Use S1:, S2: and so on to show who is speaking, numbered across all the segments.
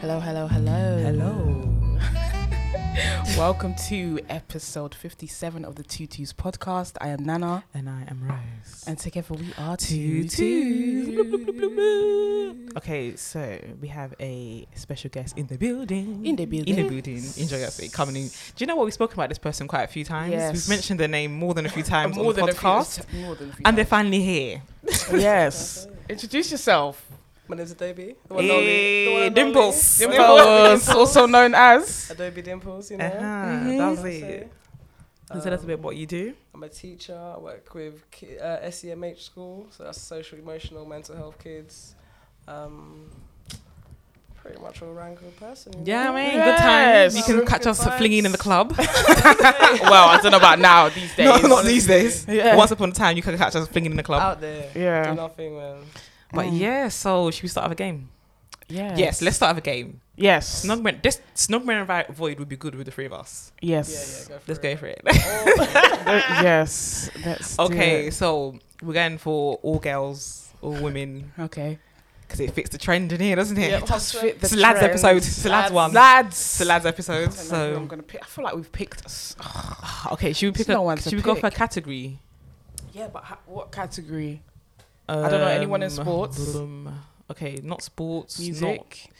S1: Hello, hello, hello.
S2: Hello.
S1: Welcome to episode 57 of the Tutus podcast. I am Nana,
S2: And I am Rose.
S1: and together we are
S2: Tutus.
S1: Tutus.
S2: okay, so we have a special guest in the building.
S1: In the building.
S2: In the building. Enjoy your stay. Coming in. Do you know what? We've spoken about this person quite a few times.
S1: Yes.
S2: We've mentioned their name more than a few
S1: And
S2: times
S1: more
S2: on the
S1: than a few-
S2: podcast.
S1: more than a few
S2: and they're
S1: times.
S2: finally here.
S1: yes. Introduce yourself.
S3: My name's Adobe. The one and only- the one
S2: Hey,
S3: and only.
S2: Eh, Dimples.
S1: Dimples, also known as.
S3: Adobe Dimples, you know.
S2: Uh-huh.
S1: Mhm.
S2: That's
S3: That's
S2: it.
S3: it.
S2: And tell us a
S3: Mm-hmm. Um,
S2: bit what you do.
S3: I'm a teacher. I work with ki- uh, SEMH school, so that's social, emotional, mental health kids. Um, pretty much all around good person. you
S2: Yeah,
S3: know?
S2: man.
S1: Yes.
S2: Good times. You
S3: Good
S2: can catch us
S3: vibes.
S2: flinging in the club.
S1: well, I don't know about now these days.
S2: no, not these days.
S1: Yeah.
S2: Once upon a time, you could catch us flinging in the club.
S3: Out there.
S1: Yeah.
S3: Do nothing, man.
S2: But
S1: Mm.
S2: yeah, so should we start with a game?
S1: Yes.
S2: Yes, let's start with a game.
S1: Yes.
S2: Snugman, this Snugman and Vi- Void would be good with the three of us.
S1: yes.
S3: Yeah, yeah,
S2: Let's
S3: go for it. Oh,
S2: go for it.
S1: Uh, yes. Let's do
S2: okay,
S1: it.
S2: so we're going for all girls, all women,
S1: Okay.
S2: because it fits the trend in here, doesn't it?
S3: Yep.
S1: Does
S3: That's
S1: fit the
S2: It's the lads
S1: trend.
S2: episode. It's the lads
S3: Lads.
S2: one. It's
S1: Lads.
S2: the lads episode.
S1: I don't know who I'm
S2: So
S1: gonna pick. I feel like we've picked. s- oh,
S2: okay, should we
S1: There's
S2: pick
S1: no
S2: a,
S1: one to
S2: Should we go for a
S1: pick.
S2: category?
S1: Yeah, but ha- what category? don't know anyone in
S2: Um,
S1: sports.
S2: um, Okay, not sports. Not,
S1: Music.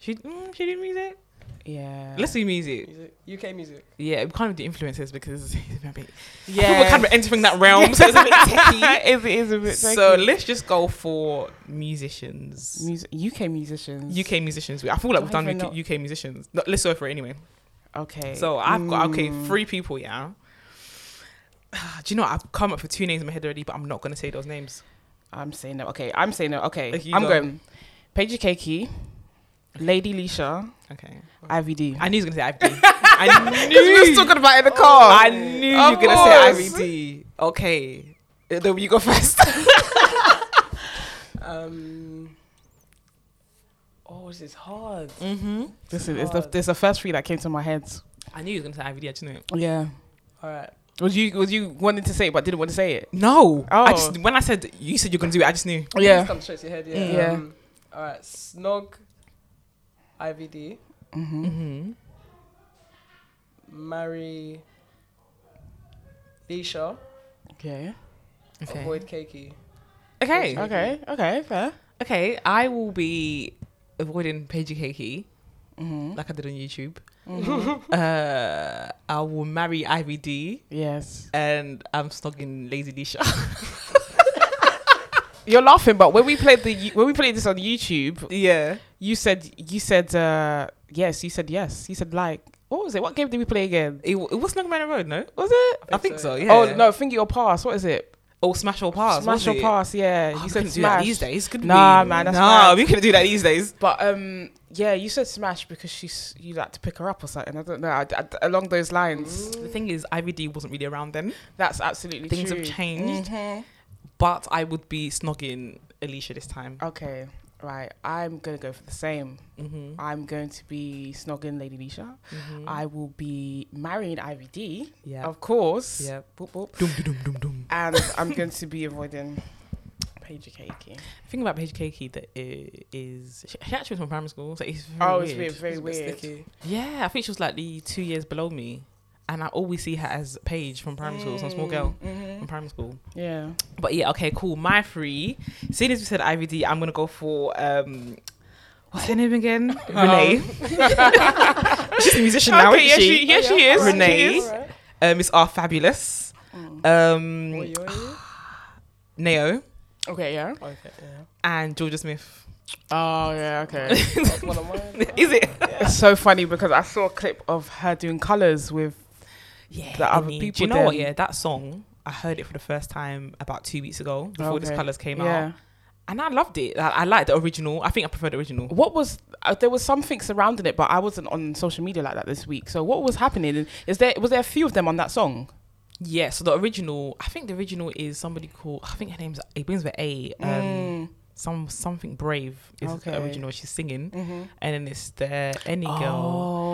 S2: should, mm, should we do music?
S1: Yeah.
S2: Let's do music.
S3: Music. UK music.
S2: Yeah, we can't do influences because it's a bit
S1: Yeah.
S2: People kind of entering that realm, so it's a bit techie.
S1: it is a bit.
S2: so
S1: techie.
S2: let's just go for musicians.
S1: Music, UK musicians.
S2: UK musicians. I feel like we've
S1: Don't
S2: done
S1: even
S2: UK, UK musicians. No, let's go for it anyway.
S1: Okay.
S2: So I've got okay
S1: Mm.
S2: three people. Yeah. Ah, Do you know what? I've come up with two names in my head already, but I'm not gonna say those names.
S1: I'm saying no. Okay. I'm saying no. Okay.
S2: Okay, you
S1: I'm
S2: go.
S1: going. Paige Keiki, Lady Leisha,
S2: Okay.
S1: Ivy D.
S2: I knew he was gonna say Ivy. D. I knew.
S1: Because we was talking about it in the car.
S2: I knew you were
S1: Of
S2: gonna say Ivy
S1: course.
S2: D. Okay. Uh, then You go first.
S3: Um, oh, this is hard.
S2: mm-hmm.
S1: This is it's the, there's the first three that came to my head.
S2: I knew you were gonna say Ivy D. I just knew it.
S1: Yeah.
S3: All right.
S1: Was you was you wanting to say it but didn't want to say it?
S2: No. I
S1: Oh.
S2: just when I said you said you're gonna do it, I just knew.
S3: Just
S1: Yeah.
S3: come straight to your head,
S2: Mm,
S3: yeah.
S1: Yeah.
S3: Um, all right. Snog, IVD,
S1: Mm-hmm.
S2: Mm-hmm.
S3: marry Leisha,
S1: Okay.
S2: Okay.
S3: avoid Keiki.
S2: Okay.
S1: Okay. Okay. Fair.
S2: Okay. I will be avoiding Paige Keiki
S1: Mm-hmm.
S2: like I did on YouTube.
S1: Mhm.
S2: Mm-hmm. Uh, I will marry Ivy D,
S1: yes.
S2: and I'm snogging Lazy Disha.
S1: You're laughing, but when we played the when we played this on YouTube,
S2: yeah.
S1: you said you said uh, yes. You said yes. You said like what was it? What game did we play again?
S2: It, w- it was Snog Man and Road, no?
S1: Was it?
S2: I think so. yeah.
S1: Oh no, finger or pass. What is it?
S2: Oh, Smash or Pass.
S1: smash
S2: was
S1: or
S2: it?
S1: pass? Yeah.
S2: Oh,
S1: you
S2: we
S1: said
S2: couldn't do that
S1: smash.
S2: these days, could
S1: Nah,
S2: we?
S1: man, that's
S2: nah,
S1: mad.
S2: we couldn't do that these days.
S1: But um, yeah, you said smash because she's you like to pick her up or something. I don't know. I, I- along those lines,
S2: The thing is, Ivy D wasn't really around then,
S1: that's absolutely
S2: Things have
S1: true.
S2: changed.
S1: Mhm.
S2: but I would be snogging Alicia this time.
S1: Okay, right. I'm gonna go for the same.
S2: Mm-hmm.
S1: I'm going to be snogging Lady Nisha.
S2: Mm-hmm.
S1: I will be marrying Ivy D,
S2: yeah.
S1: of course.
S2: Yeah. Boop, boop.
S1: And I'm going to be avoiding Paige Keiki.
S2: The thing about Paige Keiki that it is she, she actually was from primary school, so it's very
S1: Oh,
S2: weird.
S1: it's weird, very
S3: It's a bit
S1: weird.
S3: sticky.
S2: Yeah, I think she was like the two years below me, and I always see her as Paige from primary school, some small girl from
S1: Mhm.
S2: primary school.
S1: Yeah.
S2: But yeah, okay, cool. My three. Seeing as we said IVD, I'm gonna go for um, what's her name again? Renee. She's a musician now,
S1: Okay,
S2: isn't
S1: yeah,
S2: she?
S1: she- yeah, she is.
S2: Renee.
S1: She is.
S3: Alright.
S2: Um, it's our fabulous.
S3: Oi, oi,
S2: Um,
S3: oi.
S2: Neo
S1: Okay, yeah.
S3: Okay, yeah.
S2: and Georgia Smith.
S1: Oh, yeah, okay.
S3: That's one of mine.
S2: Is it?
S1: it's so funny because I saw a clip of her doing colours with.
S2: yeah,
S1: that other
S2: Amy.
S1: people
S2: Do you know what?
S1: then-
S2: Yeah, that song I heard it for the first time about two weeks ago before this
S1: Okay.
S2: colors came
S1: yeah.
S2: out, and I loved it. I, I liked the original. I think I prefer the original.
S1: What was. Uh, there was something surrounding it, but I wasn't on social media like that this week. So what was happening? And Is there was there a few of them on that song?
S2: Yeah, so the original. I think the original is somebody called. I think her name's. It begins with A. Um, Some something brave is
S1: Mm. Okay.
S2: the original. She's singing,
S1: Mm-hmm.
S2: and then it's the any
S1: oh,
S2: girl.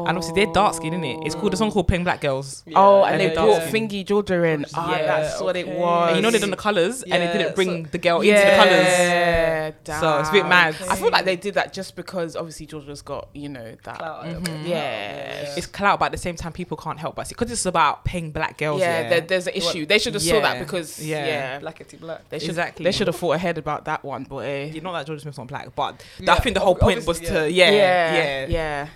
S1: Oh.
S2: And obviously they're dark skinned, innit? It's called a song called Playing Black Girls.
S3: Yeah,
S1: Oh, and
S2: and
S1: they
S2: they
S1: brought
S2: dancing.
S1: Thingy Georgia in. Ah,
S3: Yeah,
S1: that's what it
S3: okay.
S1: was.
S2: And you know they done the colours and they
S3: Yeah,
S2: didn't bring
S3: so-
S2: the girl into the colours.
S1: yeah, damn.
S2: So it's a bit mad.
S1: I feel like they did that just because obviously Georgia's got you know that.
S3: Clout,
S2: Mhm.
S3: okay.
S1: Yeah.
S2: It's clout, but at the same time, people can't help but see because it's about paying black girls.
S1: yeah,
S2: Yeah,
S1: there- there's an issue. They should have saw that
S2: Yeah.
S1: because yeah,
S2: Yeah.
S3: Blackety black.
S1: they should
S2: Exactly.
S1: they should have thought ahead about that one. But eh.
S2: Yeah, not that George Smith's not black, but
S3: Yeah,
S2: I think the whole
S3: ob-
S2: point was
S3: obviously,
S2: to yeah, yeah,
S1: yeah. yeah.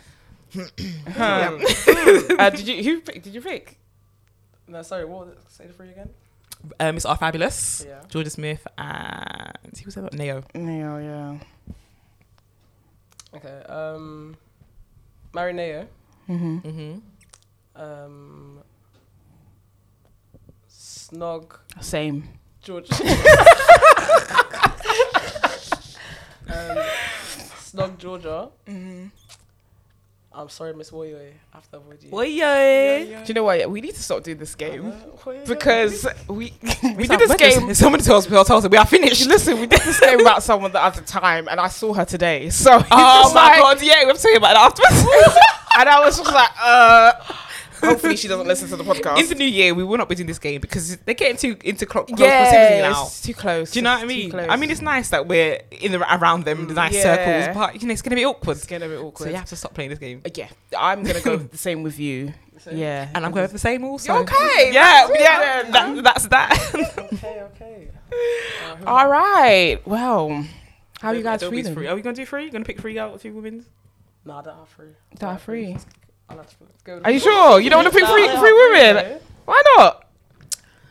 S3: Yeah.
S1: uh, did you who pick, did you pick?
S3: no, sorry. What? was it? Say the three again.
S2: Um, it's our fabulous
S3: Yeah.
S2: George Smith and who was that? Neo.
S1: No, yeah.
S3: Okay. Um, Marineo.
S1: Mm-hmm.
S2: Mm-hmm.
S3: Um, Snog.
S1: Same.
S3: George. um, Snog Georgia.
S1: Mm-hmm.
S3: I'm sorry, Miss Woyoy. I have to avoid you.
S1: Do you know what? We need to stop doing this game
S3: Woyoy.
S1: because we we
S2: We
S1: did this game.
S2: Somebody tells me, tells me we are finished.
S1: Listen, we did this game about someone the other time, and I saw her today. So it's
S2: Oh
S1: just
S2: my
S1: like-
S2: god, yeah, we have to tell you about that afterwards.
S1: and I was just like, uh. Hopefully, she doesn't listen to the podcast.
S2: In the new year, we will not be doing this game because they're getting too into clock close proximity
S1: yeah,
S2: now.
S1: it's too close.
S2: Do you know
S1: it's
S2: what I
S1: too
S2: mean?
S1: close.
S2: I mean, it's nice that we're in the around them, the nice
S1: Yeah.
S2: circles, but you know, it's gonna be awkward.
S1: it's getting a bit awkward.
S2: So you have to stop playing this game.
S1: Uh, yeah, I'm gonna go the same with you.
S3: Same.
S1: Yeah,
S2: And I'm going for the same also.
S1: okay.
S2: Yeah,
S1: Sweet
S2: yeah.
S1: then.
S2: That, that's that.
S3: Okay, okay. Uh, who-
S1: All right. Well, how are you guys
S2: Adobe's
S1: feeling?
S2: Free. Are we gonna do three? Gonna pick three out of two women?
S3: Nah, I don't have three.
S1: Don't have three.
S3: I'll have to go with-
S1: Are you sure? You don't want to pick
S3: Nah,
S1: three
S3: I don't
S1: three
S3: have
S1: women?
S3: though.
S1: Why not?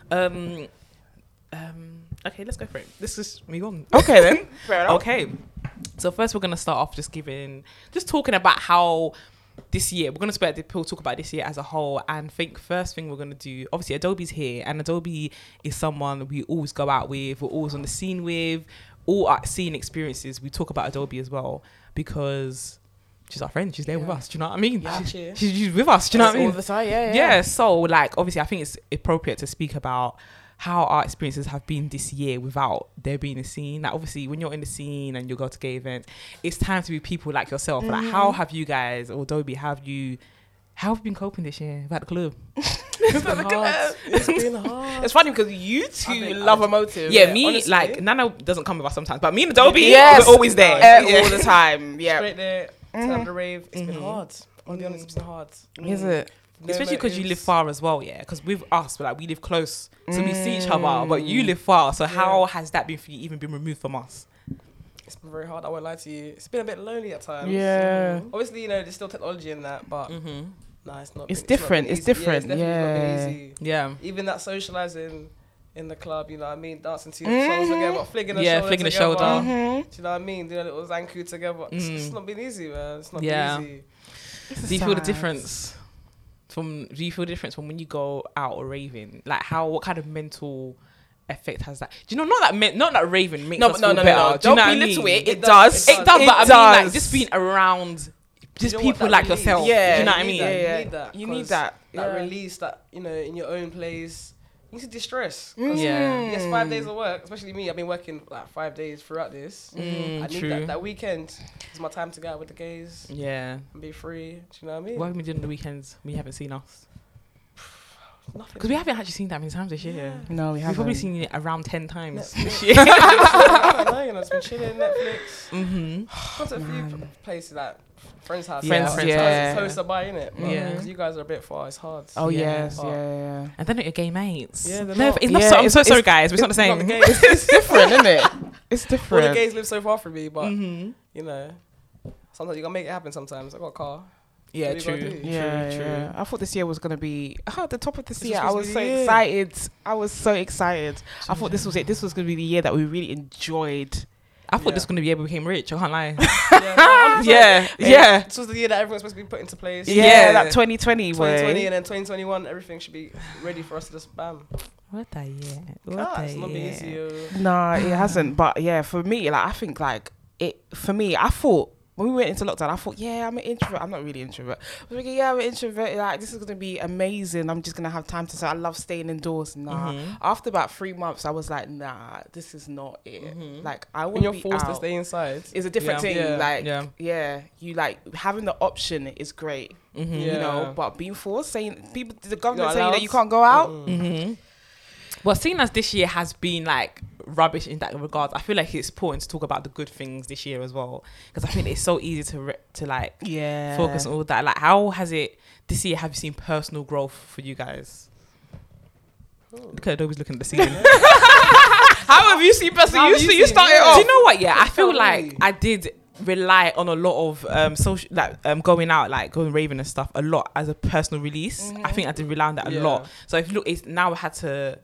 S2: Um, um. Okay, let's go for it. Let's just move on.
S1: Okay then.
S3: Oh,
S2: Okay. So first, we're gonna start off just giving, just talking about how this year we're gonna spread the people talk about this year as a whole, and think first thing we're gonna do. Obviously, Adobe's here, and Adobe is someone we always go out with, we're always on the scene with, all our scene experiences. We talk about Adobe as well because she's our friend. She's there with
S3: Yeah.
S2: us. Do you know what I mean?
S3: Yeah.
S2: She-
S3: Cheer.
S2: she's, she's with us. Do you know what I mean?
S1: All the time. Yeah.
S2: yeah. so like obviously i think it's appropriate to speak about how our experiences have been this year without there being a scene like obviously when you're in the scene and you go to gay events it's time to be people like yourself like how have you guys or Dobie, have you how have you been coping this year about the club
S1: It's been hard.
S3: It's been hard.
S1: It's funny because you
S3: I
S1: two
S3: think
S1: love
S3: I-
S1: a motive.
S2: yeah, me
S3: honestly.
S2: like nana doesn't come with us sometimes but me and Dobie,
S1: Yes.
S2: we're always there
S1: Eh,
S2: Yeah.
S1: all the time. Yeah.
S3: Straight there,
S2: Mm-hmm.
S3: time to rave. It's been
S2: Mhm.
S3: hard. I'll be honest, it's been hard. Mm-hmm.
S1: Is it?
S3: No
S2: Mm-hmm. Especially because you live
S3: motives.
S2: far as well, yeah. Because with us, like we live close, so we see each other. But you live far, so how has that been for you? Even been removed from us?
S3: It's been very hard. I won't lie to you. It's been a bit lonely at times. Mm-hmm.
S1: Yeah.
S3: Obviously, you know, there's still technology in that, but
S2: Mm-hmm.
S3: nah, it's not.
S1: It's
S3: been-
S1: different, it's
S3: It's, not been
S1: different,
S3: easy. Yeah, it's definitely not been
S2: Yeah.
S3: easy. Even that socializing in the club, you know what I mean? Dancing to your songs together, flinging a
S2: Mm-hmm. Yeah,
S3: shoulder
S2: flinging the
S3: together.
S2: shoulder.
S1: Mm-hmm.
S3: Do you know what I mean? Doing a little zanku together. It's, it's
S2: Mm.
S3: not been easy, man. It's not
S2: Yeah.
S3: been easy.
S2: Do you feel the difference from? Do you feel the difference from when you go out or raving? Like how? What kind of mental effect has that? Do you know? Not that men, not that raving makes
S1: No,
S2: us
S1: no,
S2: feel
S1: no, no,
S2: better.
S1: no.
S2: Do you
S1: Don't
S2: know what I
S1: belittle
S2: mean?
S1: it. It does.
S2: It does,
S1: It
S2: but I mean,
S1: does.
S2: like just being around, just
S3: know what?
S2: people
S3: That
S2: like
S3: release.
S2: yourself.
S1: Yeah,
S2: do you know what I
S3: you
S2: mean?
S3: need that.
S1: Yeah, yeah.
S3: You need that.
S1: You need
S3: 'cause
S1: that.
S3: That
S1: Yeah.
S3: release, that, you know, in your own place. You need to distress. 'cause
S2: Mm. Yeah.
S3: Yes, five days of work, especially me. I've been working like five days throughout this.
S2: Mm,
S3: I need
S2: true.
S3: that. That weekend is my time to go out with the gays
S2: Yeah.
S3: and be free. Do you know what I mean?
S2: What have we doing on the weekends? We haven't seen us
S3: Nothing.
S2: because we haven't actually seen that many times this year.
S1: No, we
S2: We've
S1: haven't.
S2: probably seen it around ten times.
S3: Netflix.
S2: Yeah.
S3: I know, you know, it's been chilling, Netflix.
S2: mm-hmm.
S3: Gone to a few
S1: Man.
S3: p- places like friends' house.
S2: Friends'
S3: house.
S2: friends'
S1: Yeah.
S3: It's close to buy, innit?
S2: Yeah.
S3: Because you guys are a bit far. It's hard.
S1: Oh
S2: Yeah.
S1: yes, yeah,
S3: Oh.
S1: yeah. yeah.
S2: And then your gay mates.
S3: Yeah, they're
S2: no,
S3: not.
S2: it's not
S1: Yeah,
S2: so, I'm
S1: it's-
S2: so sorry,
S1: it's-
S2: guys. It's not the
S3: it's not
S2: same.
S3: the gays.
S1: It's different, isn't it? It's
S3: All the
S1: different.
S3: gays live so far from me, but
S2: mm-hmm.
S3: you know, sometimes you gotta make it happen. Sometimes I got a car.
S2: Yeah,
S3: What are you gonna
S2: true.
S3: do?
S1: yeah,
S2: True, true.
S1: yeah. I thought this year was gonna be oh, the top of this
S3: This was
S1: year. I
S3: supposed
S1: was
S3: to
S1: so
S3: be the year.
S1: excited. I was so excited. I thought this was it. This was gonna be the year that we really enjoyed.
S2: I thought
S3: Yeah.
S2: this was gonna be able to became rich. I can't lie.
S3: yeah, no, I'm sorry.
S2: yeah, yeah.
S3: This was the year that everyone's supposed to be put into place.
S2: Yeah.
S1: that 2020 was.
S3: 2020 and then 2021, everything should be ready for us to just bam.
S2: What the yeah? What
S3: Ah,
S2: the
S3: it's not been
S2: yeah.
S3: easy. yo.
S1: Nah, it hasn't. But yeah, for me, like I think like it for me, I thought when we went into lockdown, I thought, yeah, I'm an introvert. I'm not really an introvert. I was thinking, yeah, I'm an introvert. Like this is gonna be amazing. I'm just gonna have time to say I love staying indoors. Nah.
S3: Mm-hmm.
S2: Mhm.
S1: After about three months, I was like, nah, this is not it.
S2: Mhm.
S1: Like I
S3: When
S1: want
S3: you're
S1: be
S3: forced
S1: out.
S3: to stay inside.
S1: It's a different
S2: Yeah.
S1: thing.
S3: Yeah.
S1: Like, yeah.
S2: Yeah.
S1: you like having the option is great.
S2: Mm-hmm.
S1: you
S3: Yeah.
S1: know. But being forced, saying people, the government
S3: Not
S1: saying that
S3: allowed.
S1: you can't go out.
S3: Mm.
S2: Mm-hmm. Well, seeing as this year has been like rubbish in that regard, I feel like it's important to talk about the good things this year as well because I think it's so easy to re- to like
S1: Yeah,
S2: Mm-hmm. focus on all that. Like, how has it this year? Have you seen personal growth for you guys?
S3: Hmm.
S2: Look at Adobe's looking at the ceiling.
S1: How have you seen person?
S3: How
S1: You
S3: have you
S1: see, you
S3: seen-
S1: started
S3: yeah.
S1: off.
S2: Do you know what? Yeah, I feel
S3: Tell
S2: like
S3: me.
S2: I did rely on a lot of um social like um going out like going raving and stuff a lot as a personal release i think i did rely on that a
S3: Mm-hmm. Yeah.
S2: lot so if you look it's now i had to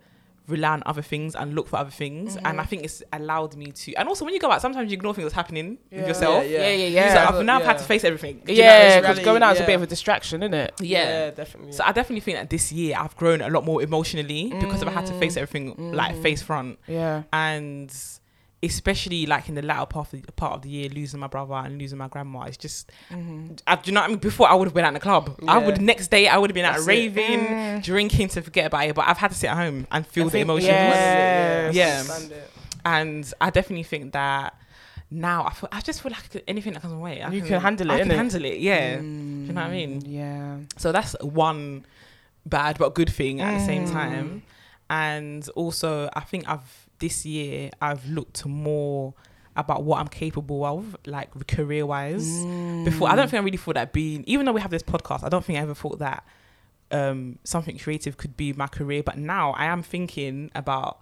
S2: rely on other things and look for other things
S3: Mm-hmm.
S2: and i think it's allowed me to and also when you go out sometimes you ignore things that's happening with yourself
S1: Yeah,
S3: Yeah, yeah.
S1: yeah, yeah.
S2: So
S3: Yeah.
S2: i've now had to
S3: Yeah.
S2: face everything Do you know what I
S1: yeah,
S2: mean?
S3: it's
S1: because
S3: really-
S1: going out is a
S3: yeah.
S1: bit of a distraction, isn't it?
S2: yeah.
S3: definitely.
S2: so i definitely think that this year i've grown a lot more emotionally because i've had to
S1: Mm.
S2: face everything like face front
S1: Yeah.
S2: and especially like in the latter part of the, part of the year, losing my brother and losing my grandma, it's just
S1: Mm-hmm.
S2: I, do you know what I mean. Before I would have been out in the club. I
S3: Yeah.
S2: would next day I would have been out
S3: That's it.
S2: raving, drinking to forget about it. But I've had to sit at home and
S1: Mm. I
S2: feel the
S1: think-
S2: emotions,
S1: yeah.
S2: Yeah.
S3: Understand it.
S2: and I definitely think that. Now I, feel, I just feel like anything that comes my way, I
S1: You can handle it,
S2: I can
S1: innit?
S2: handle it, yeah.
S1: Mm,
S2: Do you know what I mean?
S1: Yeah.
S2: So that's one bad but good thing at the same
S1: Mm.
S2: time. And also, I think I've this year I've looked more about what I'm capable of, like career wise.
S1: Mm.
S2: Before, I don't think I really thought that being, even though we have this podcast, I don't think I ever thought that um, something creative could be my career. But now I am thinking about.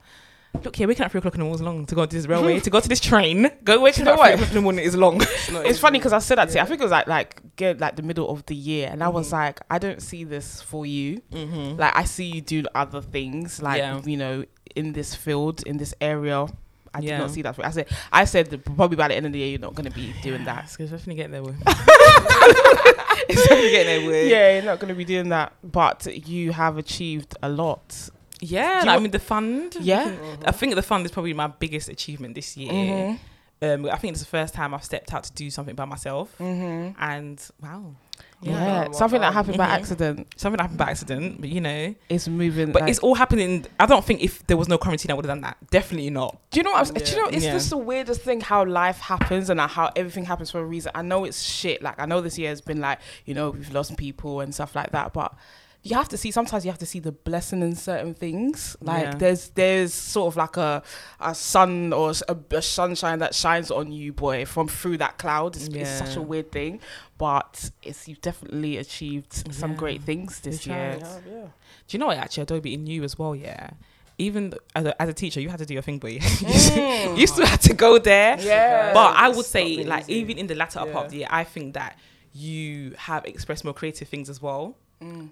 S2: Look here, waking up at three o'clock in the morning is long to go to this railway, to go to this train, go waking
S1: know
S2: up at three
S1: what?
S2: o'clock in the morning is long.
S3: not
S1: It's
S3: easy.
S1: funny because I said that to you. I
S3: Yeah.
S1: think it was like like get like the middle of the year, and I was like, I don't see this for you.
S2: Mm-hmm.
S1: Like I see you do other things, like
S2: Yeah.
S1: you know, in this field, in this area. I did
S2: Yeah.
S1: not see that. For I said, I said that probably by the end of the year, you're not going to be doing that.
S2: because definitely get there. With.
S1: Yeah, you're not going to be doing that. But you have achieved a lot.
S2: Yeah,
S1: Do you
S2: like, I
S1: want-
S2: mean the fund.
S1: Yeah.
S3: Mm-hmm.
S2: I think the fund is probably my biggest achievement this year.
S1: Mm-hmm.
S2: Um, I think it's the first time I've stepped out to do something by myself,
S1: Mm-hmm.
S2: and wow,
S1: Yeah,
S3: Yeah. Well
S1: something that
S3: done.
S1: happened by
S2: Mhm.
S1: accident
S2: something happened
S1: Mm.
S2: by accident, but you know,
S1: is moving.
S2: but
S1: like-
S2: it's all happening. I don't think if there was no quarantine, I would have done that. Definitely not.
S1: Do you know what I'm saying? Do you
S3: Yeah.
S1: know it's
S2: Yeah.
S1: just the weirdest thing how life happens and how everything happens for a reason. I know it's shit. Like I know this year has been like, you know, we've lost people and stuff like that, but you have to see sometimes you have to see the blessing in certain things. Like
S2: Yeah.
S1: there's there's sort of like a a sun or s- a, a sunshine that shines on you, boy, from through that cloud. It's, it's such
S2: Yeah.
S1: a weird thing, but it's you've definitely achieved some
S2: Yeah.
S1: great things this
S2: You
S1: year.
S2: tried.
S3: Yeah, yeah.
S2: Do you know what? Actually, Adobe in you as well. Yeah, even th- as a, as a teacher, you had to do your thing, boy. you still had to go there.
S1: Mm. Yeah.
S2: But I would
S3: It's not
S2: say,
S3: been
S2: like,
S3: easy.
S2: even in the latter part of
S3: Yeah.
S2: the year, I think that you have expressed more creative things as well.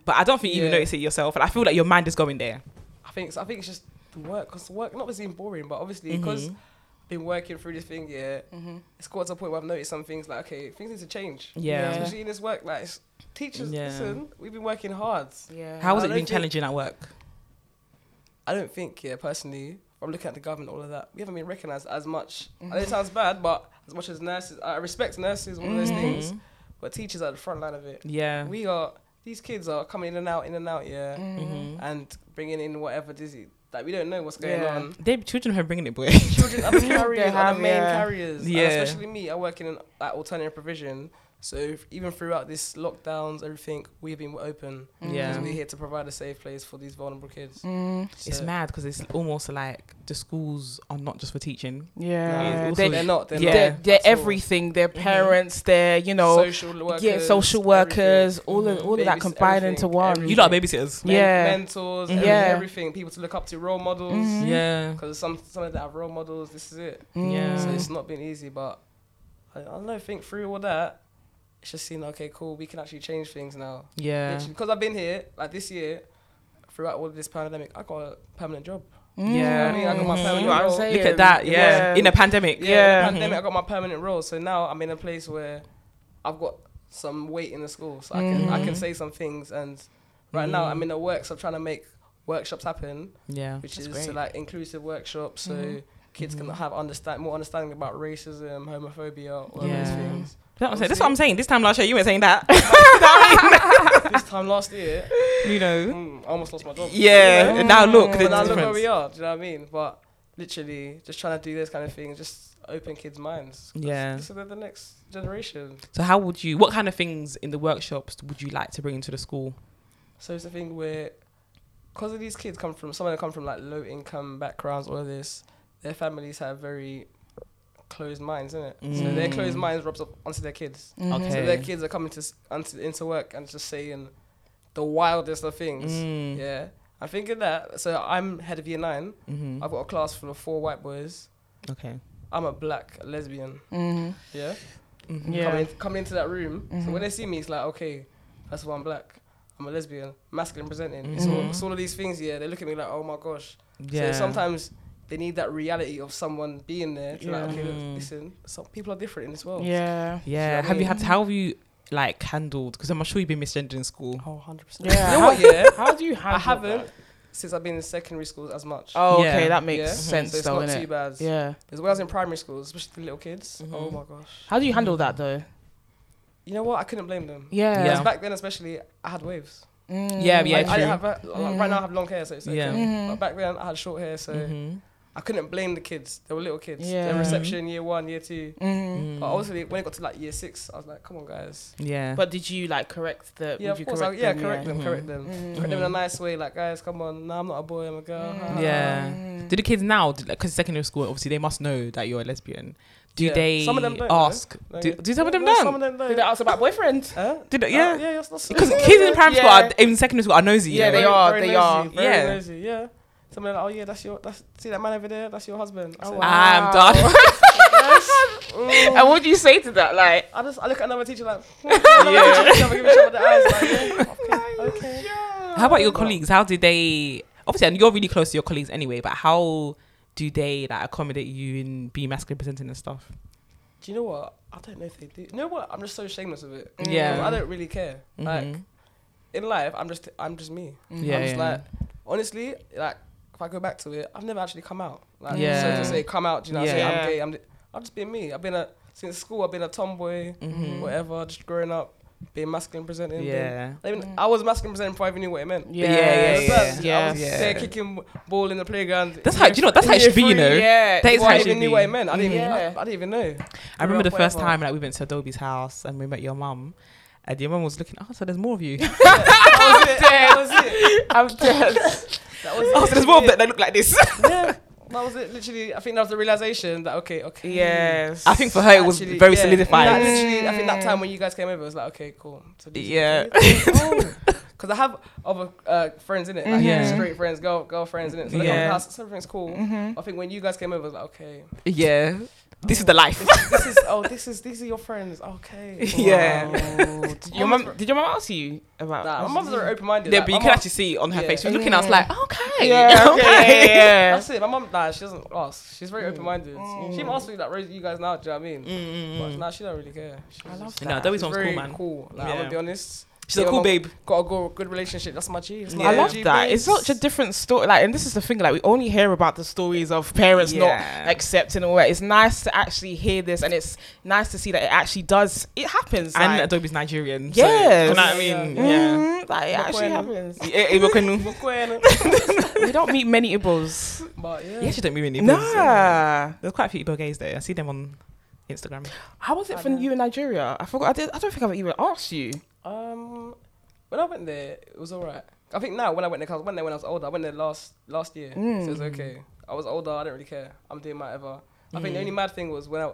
S2: But I don't think you
S3: Yeah.
S2: notice it yourself, and I feel like your mind is going there.
S3: I think so. I think it's just the work because work not as being boring, but obviously because
S2: Mhm.
S3: I've been working through this thing, yeah,
S1: Mm-hmm.
S3: it's got to a point where I've noticed some things like okay, things need to change,
S2: Yeah.
S1: Yeah.
S3: especially in this work. Like it's- teachers,
S2: Yeah.
S3: listen, we've been working hard.
S1: Yeah.
S2: How has
S3: I
S2: it
S3: don't
S2: been
S3: think-
S2: challenging at work?
S3: I don't think, yeah, personally, from looking at the government, all of that, we haven't been recognised as much. I know it sounds bad, but as much as nurses, I respect nurses, one of those things,
S2: Mhm.
S3: but teachers are the front line of it.
S2: Yeah.
S3: mm-hmm. We are these kids are coming in and out, in and out, yeah,
S2: Mhm.
S3: and bringing in whatever dizzy that we don't know what's going
S1: Yeah.
S3: on.
S2: They children have bringing it, boy.
S3: children are the carriers, are
S1: have,
S3: the main
S1: yeah.
S3: carriers. And
S2: Yeah.
S3: especially me, I work in an like, alternative provision. So if- even throughout this lockdowns, everything, we've been open.
S2: Yeah.
S3: Because we're here to provide a safe place for these vulnerable kids.
S1: Mm,
S2: It's
S3: So-
S2: mad because it's almost like the schools are not just for teaching.
S1: yeah.
S2: also
S1: They-
S3: they're not. They're
S2: Yeah.
S1: they're,
S3: not.
S1: they're
S3: at all. Mm-hmm.
S1: everything. They're parents. They're you know,
S3: social workers.
S1: yeah, social workers.
S3: everything.
S1: All of
S3: Mhm.
S1: all of that
S3: Babies,
S1: combined
S3: everything,
S1: into one.
S3: everything.
S2: You lot are babysitters.
S3: Men-
S1: Yeah. Mm-hmm.
S3: mentors,
S2: Mhm.
S3: everything,
S1: Yeah.
S3: everything. People to look up to, role models.
S1: Mhm.
S2: Yeah.
S3: Because some some of them have role models. This is it.
S2: Yeah.
S3: So
S2: Mm.
S3: it's not been easy, but I, I don't know. Think through all that. It's just seen. Okay, cool. We can actually change things now.
S2: Yeah.
S3: Because I've been here like this year, throughout all this pandemic, I got a permanent job.
S2: Yeah.
S3: I mean, I
S1: You
S2: Mhm.
S3: got my permanent
S1: know what Mm. Mm-hmm. I'm
S3: role.
S1: saying?
S2: Look at that. Yeah.
S1: Yeah.
S2: In a pandemic. Mm-hmm.
S3: Yeah, yeah.
S1: Yeah.
S3: pandemic, I got my permanent role. So now I'm in a place where I've got some weight in the school, so I can I can
S2: Mhm.
S3: say some things. And right now
S2: Mhm.
S3: I'm in the works of trying to make workshops happen,
S2: Yeah.
S3: which
S1: That's
S3: is
S1: great.
S3: like inclusive workshops, so
S1: Mhm.
S3: kids
S2: Mhm.
S3: can have understand more understanding about racism, homophobia, all of
S2: Yeah.
S3: those things.
S2: That's what I'm saying. That's what I'm saying. This time last year, you weren't saying that.
S3: this time last year,
S2: you know.
S3: mm, I almost lost my job.
S2: Yeah.
S1: Yeah.
S2: Now look,
S1: But
S2: the
S3: but now look where we
S2: difference.
S3: are. Do you know what I mean? But literally, just trying to do those kind of things, just open kids' minds. 'Cause
S2: Yeah.
S3: So they're the next generation.
S2: So how would you? What kind of things in the workshops would you like to bring into the school?
S3: So it's the thing where, because of these kids come from, some of them come from like low income backgrounds or this, their families have very closed minds, isn't it? So their
S2: Mm.
S3: closed minds rubs up onto their kids. So
S1: Mm-hmm.
S2: Okay.
S3: their kids are coming to s- onto, into work and just saying the wildest of things.
S2: Mm.
S3: Yeah. I think of that. So I'm head of year 9 i
S2: Mhm.
S3: I've got a class full of four white boys.
S2: Okay.
S3: I'm a black lesbian.
S1: Mm-hmm.
S3: Yeah.
S2: Mhm.
S1: Yeah. Mm-hmm.
S3: Coming, coming into that room. So when they see me, it's like, okay, first of all, I'm black. I'm a lesbian. Masculine presenting. It's, all,
S1: Mm-hmm.
S2: Mhm.
S3: it's all of these things, yeah. They look at me like, oh my gosh.
S2: Yeah.
S3: So sometimes they need that reality of someone being there. To Like, okay, look,
S2: Mm.
S3: listen, some people are different in this world.
S1: Yeah.
S2: Yeah.
S3: Do you know what I
S2: have you
S3: mean?
S2: had? How have you like handled? Because I'm sure you've been misgendered in school.
S3: Oh, 100%.
S1: Yeah.
S3: You know what, yeah?
S1: How do you handle
S3: I haven't
S1: that?
S3: since I've been in secondary schools as much.
S1: Oh, okay,
S2: Yeah.
S1: that makes
S3: Yeah. Mm-hmm.
S1: sense
S3: so it's
S1: though,
S3: not too
S1: innit?
S3: bad.
S1: Yeah. Mm-hmm.
S3: Because when I was in primary school, especially the little kids, oh my gosh.
S1: How do you handle that though?
S3: You know what? I couldn't blame them.
S1: Yeah.
S2: Yeah.
S3: Because back then, especially, I had waves.
S1: Mm.
S2: Yeah,
S3: Mm-hmm. I,
S2: yeah.
S3: I didn't
S2: true.
S3: have that- like, Right now, I have long hair, so it's okay.
S2: Yeah.
S1: Mhm.
S3: But back then, I had short hair, so
S2: Mhm.
S3: I couldn't blame the kids. They were little kids.
S1: Yeah.
S3: Their reception, year one, year two.
S1: Mhm.
S2: Mm.
S3: But obviously, when it got to like year six, I was like, come on, guys.
S2: yeah.
S1: But did you like correct the?
S3: Yeah,
S1: would
S3: of
S1: you
S3: course. I,
S1: Correct
S3: yeah,
S1: them,
S3: correct them,
S2: Mhm.
S3: correct them.
S1: Mhm.
S3: Correct them in a nice way, like, guys, come on. Nah, I'm not a boy, I'm a girl. Ha, ha, ha.
S2: yeah.
S1: Mm.
S3: Mm-hmm.
S2: Do the kids now? Because secondary school, obviously, they must know that you're a lesbian. Do
S3: Yeah.
S2: they
S3: Some of them don't, though.
S2: ask?
S3: Like-
S2: Do, do some of them
S3: No,
S2: don't?
S3: Some of them
S1: Did they
S3: don't.
S1: ask about boyfriend?
S3: Huh?
S2: Did
S3: Uh,
S2: it, yeah.
S3: yeah, that's not
S2: Because kids in primary school,
S1: Yeah.
S2: are, even secondary school, are nosy.
S1: Yeah, they
S2: know?
S1: are. they
S3: nosy,
S1: are.
S3: Very
S2: Yeah.
S3: Nosy, yeah. Someone like, oh yeah, that's your, that's see that man over there, that's your husband. I
S1: Oh,
S3: said,
S1: wow.
S2: "Ah, I'm done.
S1: and what do you say to that? Like,
S3: I just, I look at another teacher like, hmm, another teacher, just never give each other the eyes. Like, yeah, okay, okay.
S2: How about
S3: Oh,
S2: your colleagues? How do they? Obviously, and you're really close to your colleagues anyway. But how do they like accommodate you in being masculine presenting and stuff?
S3: Do you know what? I don't know if they do. You know what? I'm just so shameless of it.
S2: Mm. Yeah.
S3: I don't really care. Like
S2: Mhm.
S3: in life, I'm just, I'm just me.
S2: Mm-hmm. Yeah,
S3: I'm just
S2: yeah.
S3: like, honestly, like if I go back to it, I've never actually come out. Like,
S2: Yeah.
S3: so to say, come out. Do you know, what I'm saying
S1: Yeah.
S3: I'm gay. I'm, th- I've just been me. I've been a since school. I've been a tomboy,
S2: Mm-hmm.
S3: whatever. Just growing up, being masculine presenting. being-
S2: Yeah.
S3: I, even, I was masculine presenting before I even knew what it meant.
S1: yeah,
S2: yeah,
S1: yeah,
S2: yeah.
S1: yeah.
S3: I was
S2: Yeah.
S3: there kicking ball in the playground.
S2: That's how. Do you know? That's how it should be. You know.
S1: Yeah,
S2: That is
S3: Before
S2: how
S3: I
S2: it should
S3: even
S2: be.
S3: knew what it meant. I didn't.
S1: Yeah.
S3: I, I didn't even know.
S2: I remember the
S3: Grew up
S2: first
S3: whatever.
S2: time like we went to Adobe's house and we met your mum, and your mum was looking. Oh, so there's more of you.
S3: That was it. That was it.
S1: I'm dead.
S3: That was it.
S2: oh, so there's more of that. They look like this.
S3: Yeah. That was it. Literally, I think that was the realization that okay, okay.
S1: yes.
S2: I think for her it was
S3: Actually,
S2: very
S3: yeah.
S2: solidified.
S3: Like, literally, I think that time when you guys came over, it was like, okay, cool. So these are the
S2: Yeah.
S3: Because Oh. I have other uh, friends in it, like
S2: Mhm.
S3: straight friends, girl girlfriends in it. So they come to
S2: Yeah.
S3: the house, so everything's cool.
S2: Mm-hmm.
S3: I think when you guys came over, I was like, okay,
S2: Yeah. This is the life.
S3: this is oh, this is these are your friends, okay.
S2: Yeah.
S1: did your mum? Did your mum ask you about?
S3: Nah, my mum's very open minded.
S2: Mm. Yeah, but you can actually see on her
S3: Yeah.
S2: face. She was looking at us like, okay.
S1: Yeah, okay, yeah, yeah.
S3: That's it. My mum, nah, she doesn't ask. She's very
S1: Mm.
S3: open minded. She even asked me like, raise you guys now. Do you know what I mean? But nah, she don't really care. She's
S1: I love
S3: just-
S2: Mm, No, Dobby's
S3: she's
S2: mom's
S3: very
S2: cool, man.
S3: Cool. Like, I'm
S2: Yeah.
S3: gonna be honest.
S2: She's a
S3: Yeah,
S2: cool
S3: mum
S2: babe.
S3: Got a go- good relationship. That's my G. That's my
S1: I
S2: Yeah.
S1: love
S3: G,
S1: that. It's
S3: babes.
S1: such a different story. Like, and this is the thing. Like, we only hear about the stories of parents
S2: Yeah.
S1: not accepting or whatever. It's nice to actually hear this, and it's nice to see that it actually does. It happens.
S2: And
S1: like,
S2: Adobe's Nigerian.
S1: Yes.
S2: So, you know what I mean?
S3: Yeah.
S2: Yeah.
S1: mm, like, it actually
S3: Ibokwenu.
S1: happens.
S2: Yeah, Ibokunu.
S3: But
S1: we don't meet many Igbos.
S3: yeah.
S2: yeah, she don't mean really.
S1: Nah.
S2: There's quite a few Igbo gays there. I see them on Instagram.
S1: How was it
S3: I
S1: for
S3: know.
S1: you in Nigeria? I forgot. I did. I don't think I've even asked you.
S3: Um, when I went there, it was alright. I think now when I went there, 'cause I went there when I was older. I went there last last year, so it's
S2: Mm.
S3: okay. I was older. I don't really care. I'm doing my ever. I think the
S2: Mm.
S3: only mad thing was when I,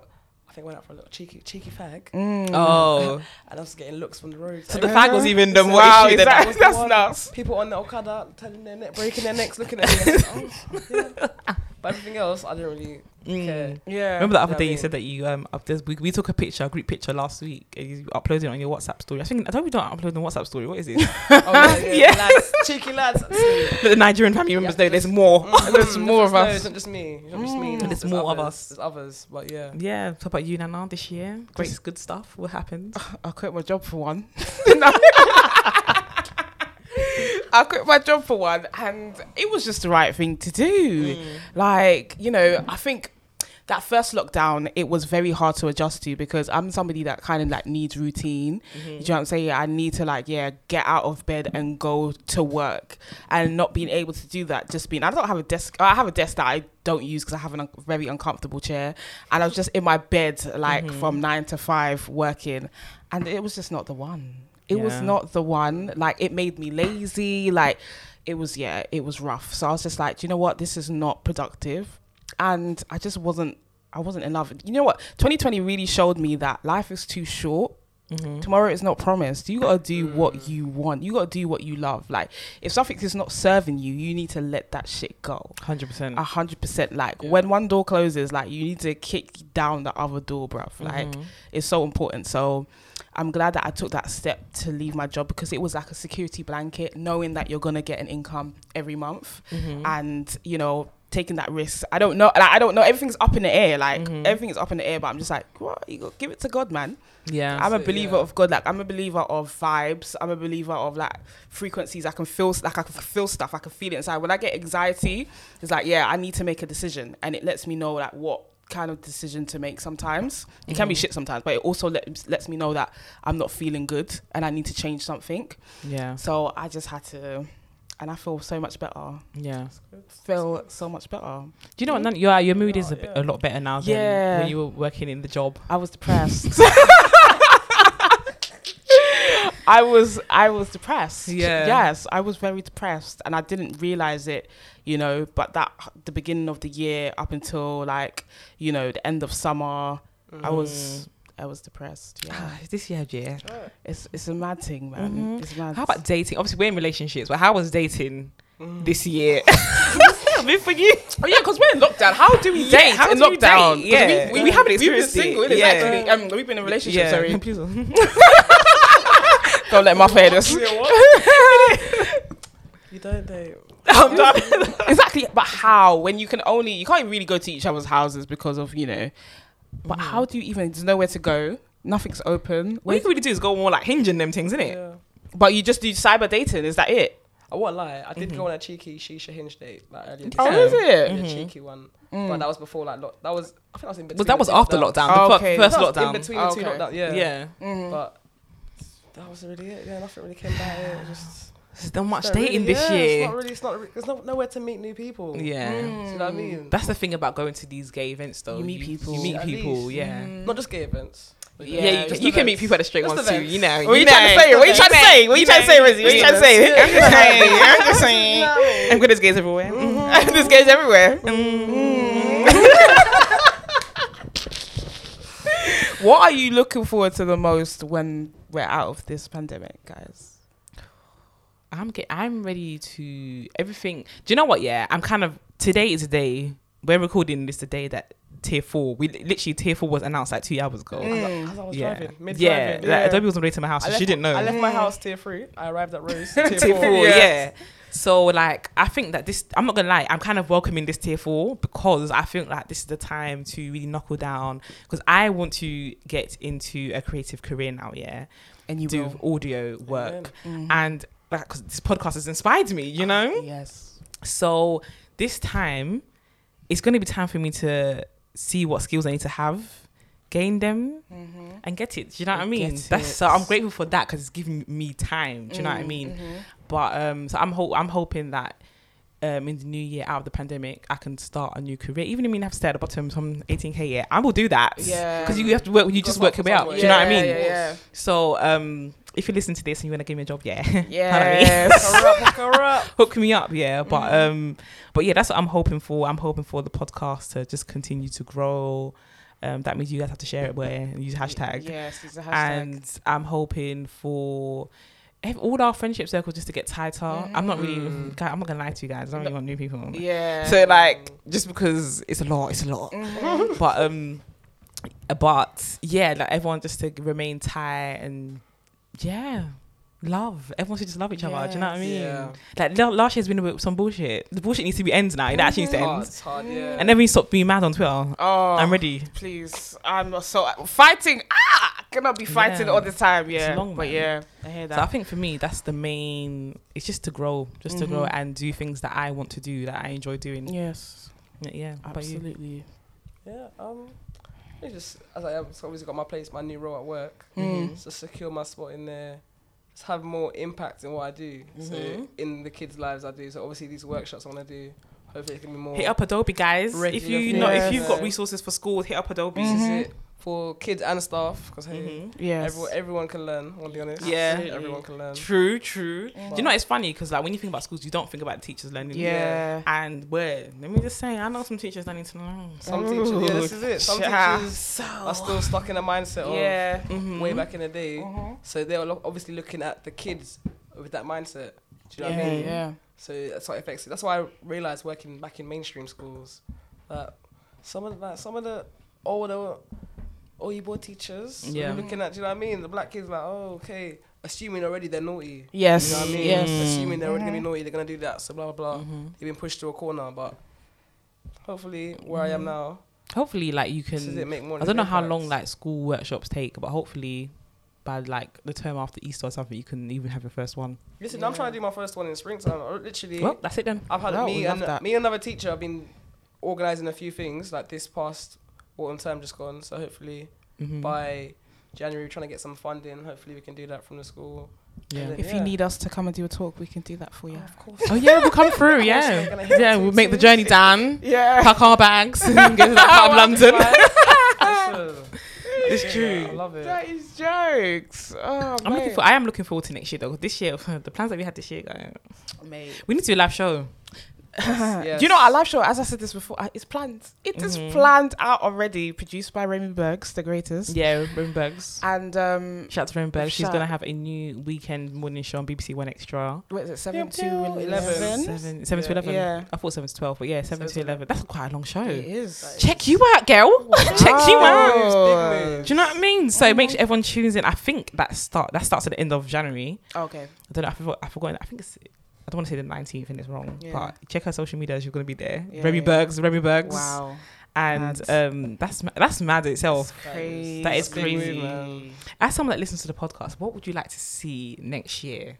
S3: I think I went out for a little cheeky cheeky fag,
S2: Oh.
S3: and I was getting looks from the road.
S2: So the fag was even the more
S1: wow,
S2: issue
S1: is that-
S2: than that.
S3: was the
S1: that's
S3: one.
S1: nuts.
S3: people on the Okada turning their neck, breaking their necks, looking at me. I said, oh, yeah. But everything else, I didn't really
S2: Mm.
S3: care.
S1: Yeah.
S2: Remember the other
S3: Yeah, I
S2: day you
S3: mean-
S2: said that you um up this we, we took a picture, a group picture last week, and you uploaded it on your WhatsApp story. I think I don't we don't upload on WhatsApp story. What is it?
S3: Oh, yeah,
S2: Yeah.
S3: yeah. lads, cheeky lads.
S2: the Nigerian family members though, there's more.
S1: There's
S3: Mm,
S1: more
S3: it's
S1: of
S3: not-
S1: us.
S3: It's not just me. It's not just me.
S2: There's more of us.
S3: There's others, but yeah.
S2: Yeah, talk about you Nana this year. Great good stuff. What happened?
S1: I quit my job for one. I quit my job for one, and it was just the right thing to do. Like, you know, I think that first lockdown, it was very hard to adjust to because I'm somebody that kind of like needs routine. Do you know what I'm saying? I need to like, yeah, get out of bed and go to work and not being able to do that. Just being, I don't have a desk. I have a desk that I don't use because I have a un- very uncomfortable chair. And I was just in my bed like from nine to five working. And it was just not the one. It was
S2: Yeah.
S1: not the one. Like it made me lazy. Like it was, yeah, it was rough. So I was just like, "Do you know what? This is not productive. And I just wasn't, I wasn't in love. You know what? 2020 really showed me that life is too short Mm. Tomorrow is not promised. You gotta do what you want. You gotta do what you love. Like if something is not serving you, you need to let that shit go.
S2: Hundred percent.
S1: A hundred percent. Like
S3: Yeah.
S1: when one door closes, like you need to kick down the other door, bruv.
S2: Mm-hmm.
S1: Like it's so important. So I'm glad that I took that step to leave my job because it was like a security blanket, knowing that you're gonna get an income every month
S2: Mm-hmm. Mm.
S1: and you know taking that risk i don't know like, i don't know everything's up in the air like
S2: Mhm.
S1: everything's up in the air but i'm just like what you got give it to god man
S2: yeah.
S3: That's
S1: I'm a
S3: it,
S1: believer
S3: yeah.
S1: of God. Like I'm a believer of vibes. I'm a believer of like frequencies. I can feel like I can feel stuff. I can feel it inside. When I get anxiety, it's like yeah, I need to make a decision, and it lets me know like what kind of decision to make. Sometimes it can be
S3: Mm.
S2: Mhm.
S1: shit sometimes, but it also lets lets me know that I'm not feeling good and I need to change something.
S2: Yeah.
S1: So I just had to, and I feel so much better.
S2: Yeah.
S1: Feel so much better.
S2: Do you know what? Nan, your
S1: Oh,
S2: your mood
S3: Yeah,
S2: is a, bit,
S3: yeah.
S2: a lot better now than
S1: Yeah.
S2: when you were working in the job.
S1: I was depressed. I was I was depressed.
S2: Yeah.
S1: Yes, I was very depressed and I didn't realize it, you know, but that the beginning of the year up until like, you know, the end of summer, I was I was depressed. Yeah.
S2: Ah, this year, yeah.
S1: It's it's a mad thing, man.
S2: Mhm.
S1: It's mad.
S2: How about dating? Obviously, we're in relationships, but how was dating
S3: Mm.
S2: this year? Been for you?
S1: Oh yeah, because we're in lockdown. How do we
S2: Yeah,
S1: date
S2: how
S1: in
S2: do we
S1: lockdown? 'Cause
S2: date? Yeah.
S1: we, we,
S2: We
S1: haven't
S2: haven't
S1: experienced it.
S2: experienced it.
S1: Yeah.
S2: Yeah.
S1: Actually, um, we've been in relationships. Sorry,
S2: Please.
S1: don't let my fair this.
S3: Yeah, what? you don't date.
S1: I'm done. exactly. But how? When you can only you can't really go to each other's houses because of you know. But how do you even? There's nowhere to go. Nothing's open.
S2: What you can really do is go more like hinging them things, innit?
S3: Yeah.
S1: But you just do cyber dating. Is that it?
S3: I won't lie. I did
S2: Mm-hmm.
S3: go on a cheeky shisha hinge date like earlier. this
S1: Oh,
S3: year.
S1: is it?
S3: Yeah, cheeky one.
S1: Mm.
S3: But that was before like lock. That was I think that was in between.
S2: But that
S3: the
S2: was
S3: two
S2: after
S3: lockdowns.
S2: lockdown, the fir-
S1: Okay.
S2: first
S3: That was
S2: lockdown.
S3: In between the two
S1: Okay.
S3: lockdowns, yeah.
S2: yeah.
S1: Mhm.
S3: But that was really it. Yeah, nothing really came back. It was just
S2: There's not much
S3: don't really-
S2: dating this
S3: yeah,
S2: year.
S3: It's not really. It's not. re- There's no, nowhere to meet new people.
S2: yeah.
S3: Do you know what I mean?
S2: That's the thing about going to these gay events, though.
S1: Mm. You meet people. Mm.
S2: You meet
S3: At
S2: people.
S3: least.
S2: Yeah.
S3: not just gay events.
S1: Yeah,
S2: Yeah, you,
S1: just
S2: can, you can meet
S3: events.
S2: people at the straight
S3: Just
S2: ones too.
S3: events.
S2: You know.
S1: What are you
S2: know.
S1: trying to say? What are you trying to say? What are you trying to say, Rizzy? What are you trying to say? I'm just saying. I'm just saying.
S3: No.
S2: And good as gays everywhere.
S1: There's gays everywhere. Mm-hmm. what are you looking forward to the most when we're out of this pandemic, guys?
S2: I'm get, I'm ready to everything. Do you know what? Yeah, I'm kind of today is the day we're recording this the day that tier four. We li- literally tier four was announced like two hours ago.
S1: Mm.
S3: As I was
S2: Yeah,
S3: driving, mid
S2: yeah.
S3: driving,
S2: Like, Adobe was on the way to my house,
S3: I
S2: and
S3: left,
S2: she didn't know.
S3: I left my house tier three. I arrived at Rose tier,
S2: tier
S3: four.
S2: four,
S1: Yeah.
S2: yeah. So like, I think that this. I'm not gonna lie. I'm kind of welcoming this tier four because I think like this is the time to really knuckle down because I want to get into a creative career now. Yeah,
S1: And you
S2: do
S1: do.
S2: audio work
S1: Will.
S2: and like 'cause this podcast has inspired me. You know.
S1: Yes.
S2: So this time, it's going to be time for me to see what skills I need to have, gain them,
S1: Mm-hmm.
S2: and get it. Do you know what I
S1: And
S2: mean?
S1: get
S2: That's
S1: it. Mm,
S2: so I'm grateful for that because it's giving me time. Do you know what I mean?
S1: Mm-hmm.
S2: But um, so I'm ho- I'm hoping that. Um, in the new year, out of the pandemic, I can start a new career. Even if I mean I have to stay at the bottom from 18k, yeah, I will do that.
S1: Yeah.
S2: because you have to work. You
S3: You've
S2: just
S3: got
S2: work
S3: to
S2: your
S3: start
S2: way out.
S3: from
S2: Do you know what I
S1: Yeah,
S2: mean?
S1: yeah, yeah.
S2: So, um, if you listen to this and you want to give me a job, yeah, holler at me.
S1: Yes.
S3: Corrupt, corrupt.
S2: hook me up yeah but
S1: Mm.
S2: um but yeah that's what i'm hoping for i'm hoping for the podcast to just continue to grow um that means you guys have to share it where and use hashtag
S1: Yes, it's a hashtag.
S2: and i'm hoping for ev- all our friendship circles just to get tighter i'm not really
S3: Mm.
S2: guy- i'm not gonna lie to you guys i don't really want new people
S1: yeah.
S2: so like just because it's a lot it's a lot
S1: Mhm.
S2: but um but yeah like everyone just to remain tight and yeah love everyone should just love each other do you know what i
S1: Yes.
S2: mean
S3: Yeah.
S2: like la- last year's been with some bullshit the bullshit needs to be ends now it actually needs to
S3: Hard,
S2: end
S3: it's hard, yeah.
S2: and then we stop being mad on twitter
S1: oh,
S2: i'm ready
S1: Please, I'm so fighting. Ah, I cannot be fighting
S2: Yeah.
S1: all the time. Yeah,
S2: long,
S1: but
S2: man.
S1: yeah, I hear
S2: so i
S1: that.
S2: think for me that's the main it's just to grow just to grow
S1: Mhm.
S2: and do things that i want to do that i enjoy doing
S1: yes,
S2: yeah, yeah. How about you?
S1: absolutely.
S3: Yeah. Um. It's just as I have, so obviously got my place, my new role at work.
S1: Mm.
S3: So secure my spot in there. Just have more impact in what I do. So
S1: Mhm.
S3: in the kids' lives, I do. So obviously these workshops I want to do. Hopefully it can be more.
S2: Hit up Adobe, guys. if
S3: Regular
S2: you know, if
S1: things.
S2: you've got
S3: Yeah.
S2: resources for school, hit up Adobe.
S3: This is
S1: Mhm.
S3: it for kids and staff because hey,
S2: Mhm.
S1: Yes.
S3: everyone, everyone can learn. I want to be honest.
S2: Yeah. Absolutely.
S3: Everyone can learn.
S2: True, true. Do
S3: But-
S2: you know it's funny because like when you think about schools, you don't think about teachers learning.
S1: yeah.
S2: And where? Let me just say, I know some teachers that need to learn.
S3: Some teachers, yeah, this is it. Some teachers
S1: so.
S3: are still stuck in a mindset of
S1: yeah. Mm-hmm.
S2: Mhm.
S3: way back in the day.
S1: Mhm.
S3: So they were lo- obviously looking at the kids with that mindset. Do you know what I
S1: yeah,
S3: mean?
S1: yeah.
S3: So that's what affects it. That's why I realized working back in mainstream schools that some of that some of the older Oyibo teachers
S2: Yeah.
S3: were looking at. Do you know what I mean? The black kids like, oh okay, assuming already they're naughty.
S1: Yes.
S3: You know what I mean?
S1: Yes. Mm-hmm.
S3: Assuming they're already gonna
S1: Mhm.
S3: be naughty, they're gonna do that. So blah blah blah.
S2: Mm-hmm.
S3: They've been pushed to a corner, but hopefully where I
S1: Mm-hmm.
S3: am now,
S2: Hopefully, like you
S3: this is it.
S2: can.
S3: Make more.
S2: I don't know how long
S3: impact.
S2: like school workshops take, but hopefully, by like the term after Easter or something, you can even have your first one.
S3: Listen, I'm trying to do my first one in springtime. I literally,
S2: Well, that's it then.
S3: I've had
S1: Well,
S3: me
S1: we love
S3: and
S1: that.
S3: me and another teacher. I've been organising a few things like this past autumn term just gone. So hopefully
S2: Mhm.
S3: by January, we're trying to get some funding. Hopefully we can do that from the school.
S2: Yeah.
S3: And then,
S1: If you
S3: yeah.
S1: need us to come and do a talk, we can do that for you.
S3: of course.
S2: Oh yeah, we'll come through.
S3: we're
S2: Yeah,
S3: gonna hit
S2: yeah,
S3: two
S2: we'll make the
S3: twos.
S2: journey down,
S1: Yeah.
S2: pack our bags, and get to that
S3: Oh,
S2: part of London.
S3: it's
S2: true.
S3: I love it.
S1: That is jokes. Oh,
S2: I'm looking for. I am looking forward to next year though. 'cause This year, the plans that we had this year, guys,
S1: Mate.
S2: we need to do a live show.
S3: yes.
S1: Do you know our live show? As I said this before, uh, it's planned. It is
S2: Mhm.
S1: planned out already. Produced by Remy Bergs, the greatest.
S2: Yeah, Roombergs.
S1: And um,
S2: Shout out to Roomberg. She's
S1: Shout-
S2: gonna have a new weekend morning show on BBC One Extra.
S1: what is it? Seven to
S3: pew.
S1: eleven.
S2: Seven, seven to
S3: Yeah.
S2: eleven.
S1: Yeah.
S2: I thought seven to twelve, but yeah, seven
S3: Seven
S2: to
S3: to
S2: eleven. That's quite a long show.
S1: It Oh. is.
S2: Check you out, girl. Check you out.
S1: Wow.
S3: Big moves.
S2: Do you know what I mean? So make sure everyone tunes in. I think that start that starts at the end of January.
S1: Okay.
S2: I don't know. I forgot. I forgot. I think it's. I don't want to say the nineteenth and it's wrong,
S1: Yeah.
S2: but check her social medias. You're gonna be there.
S1: Yeah,
S2: Remy
S1: yeah.
S2: Bergs. Remy Bergs.
S1: Wow.
S2: And um, that's ma- that's mad itself.
S1: Crazy.
S2: That is
S3: That's a big move,
S2: crazy.
S3: man.
S2: As someone that listens to the podcast, what would you like to see next year?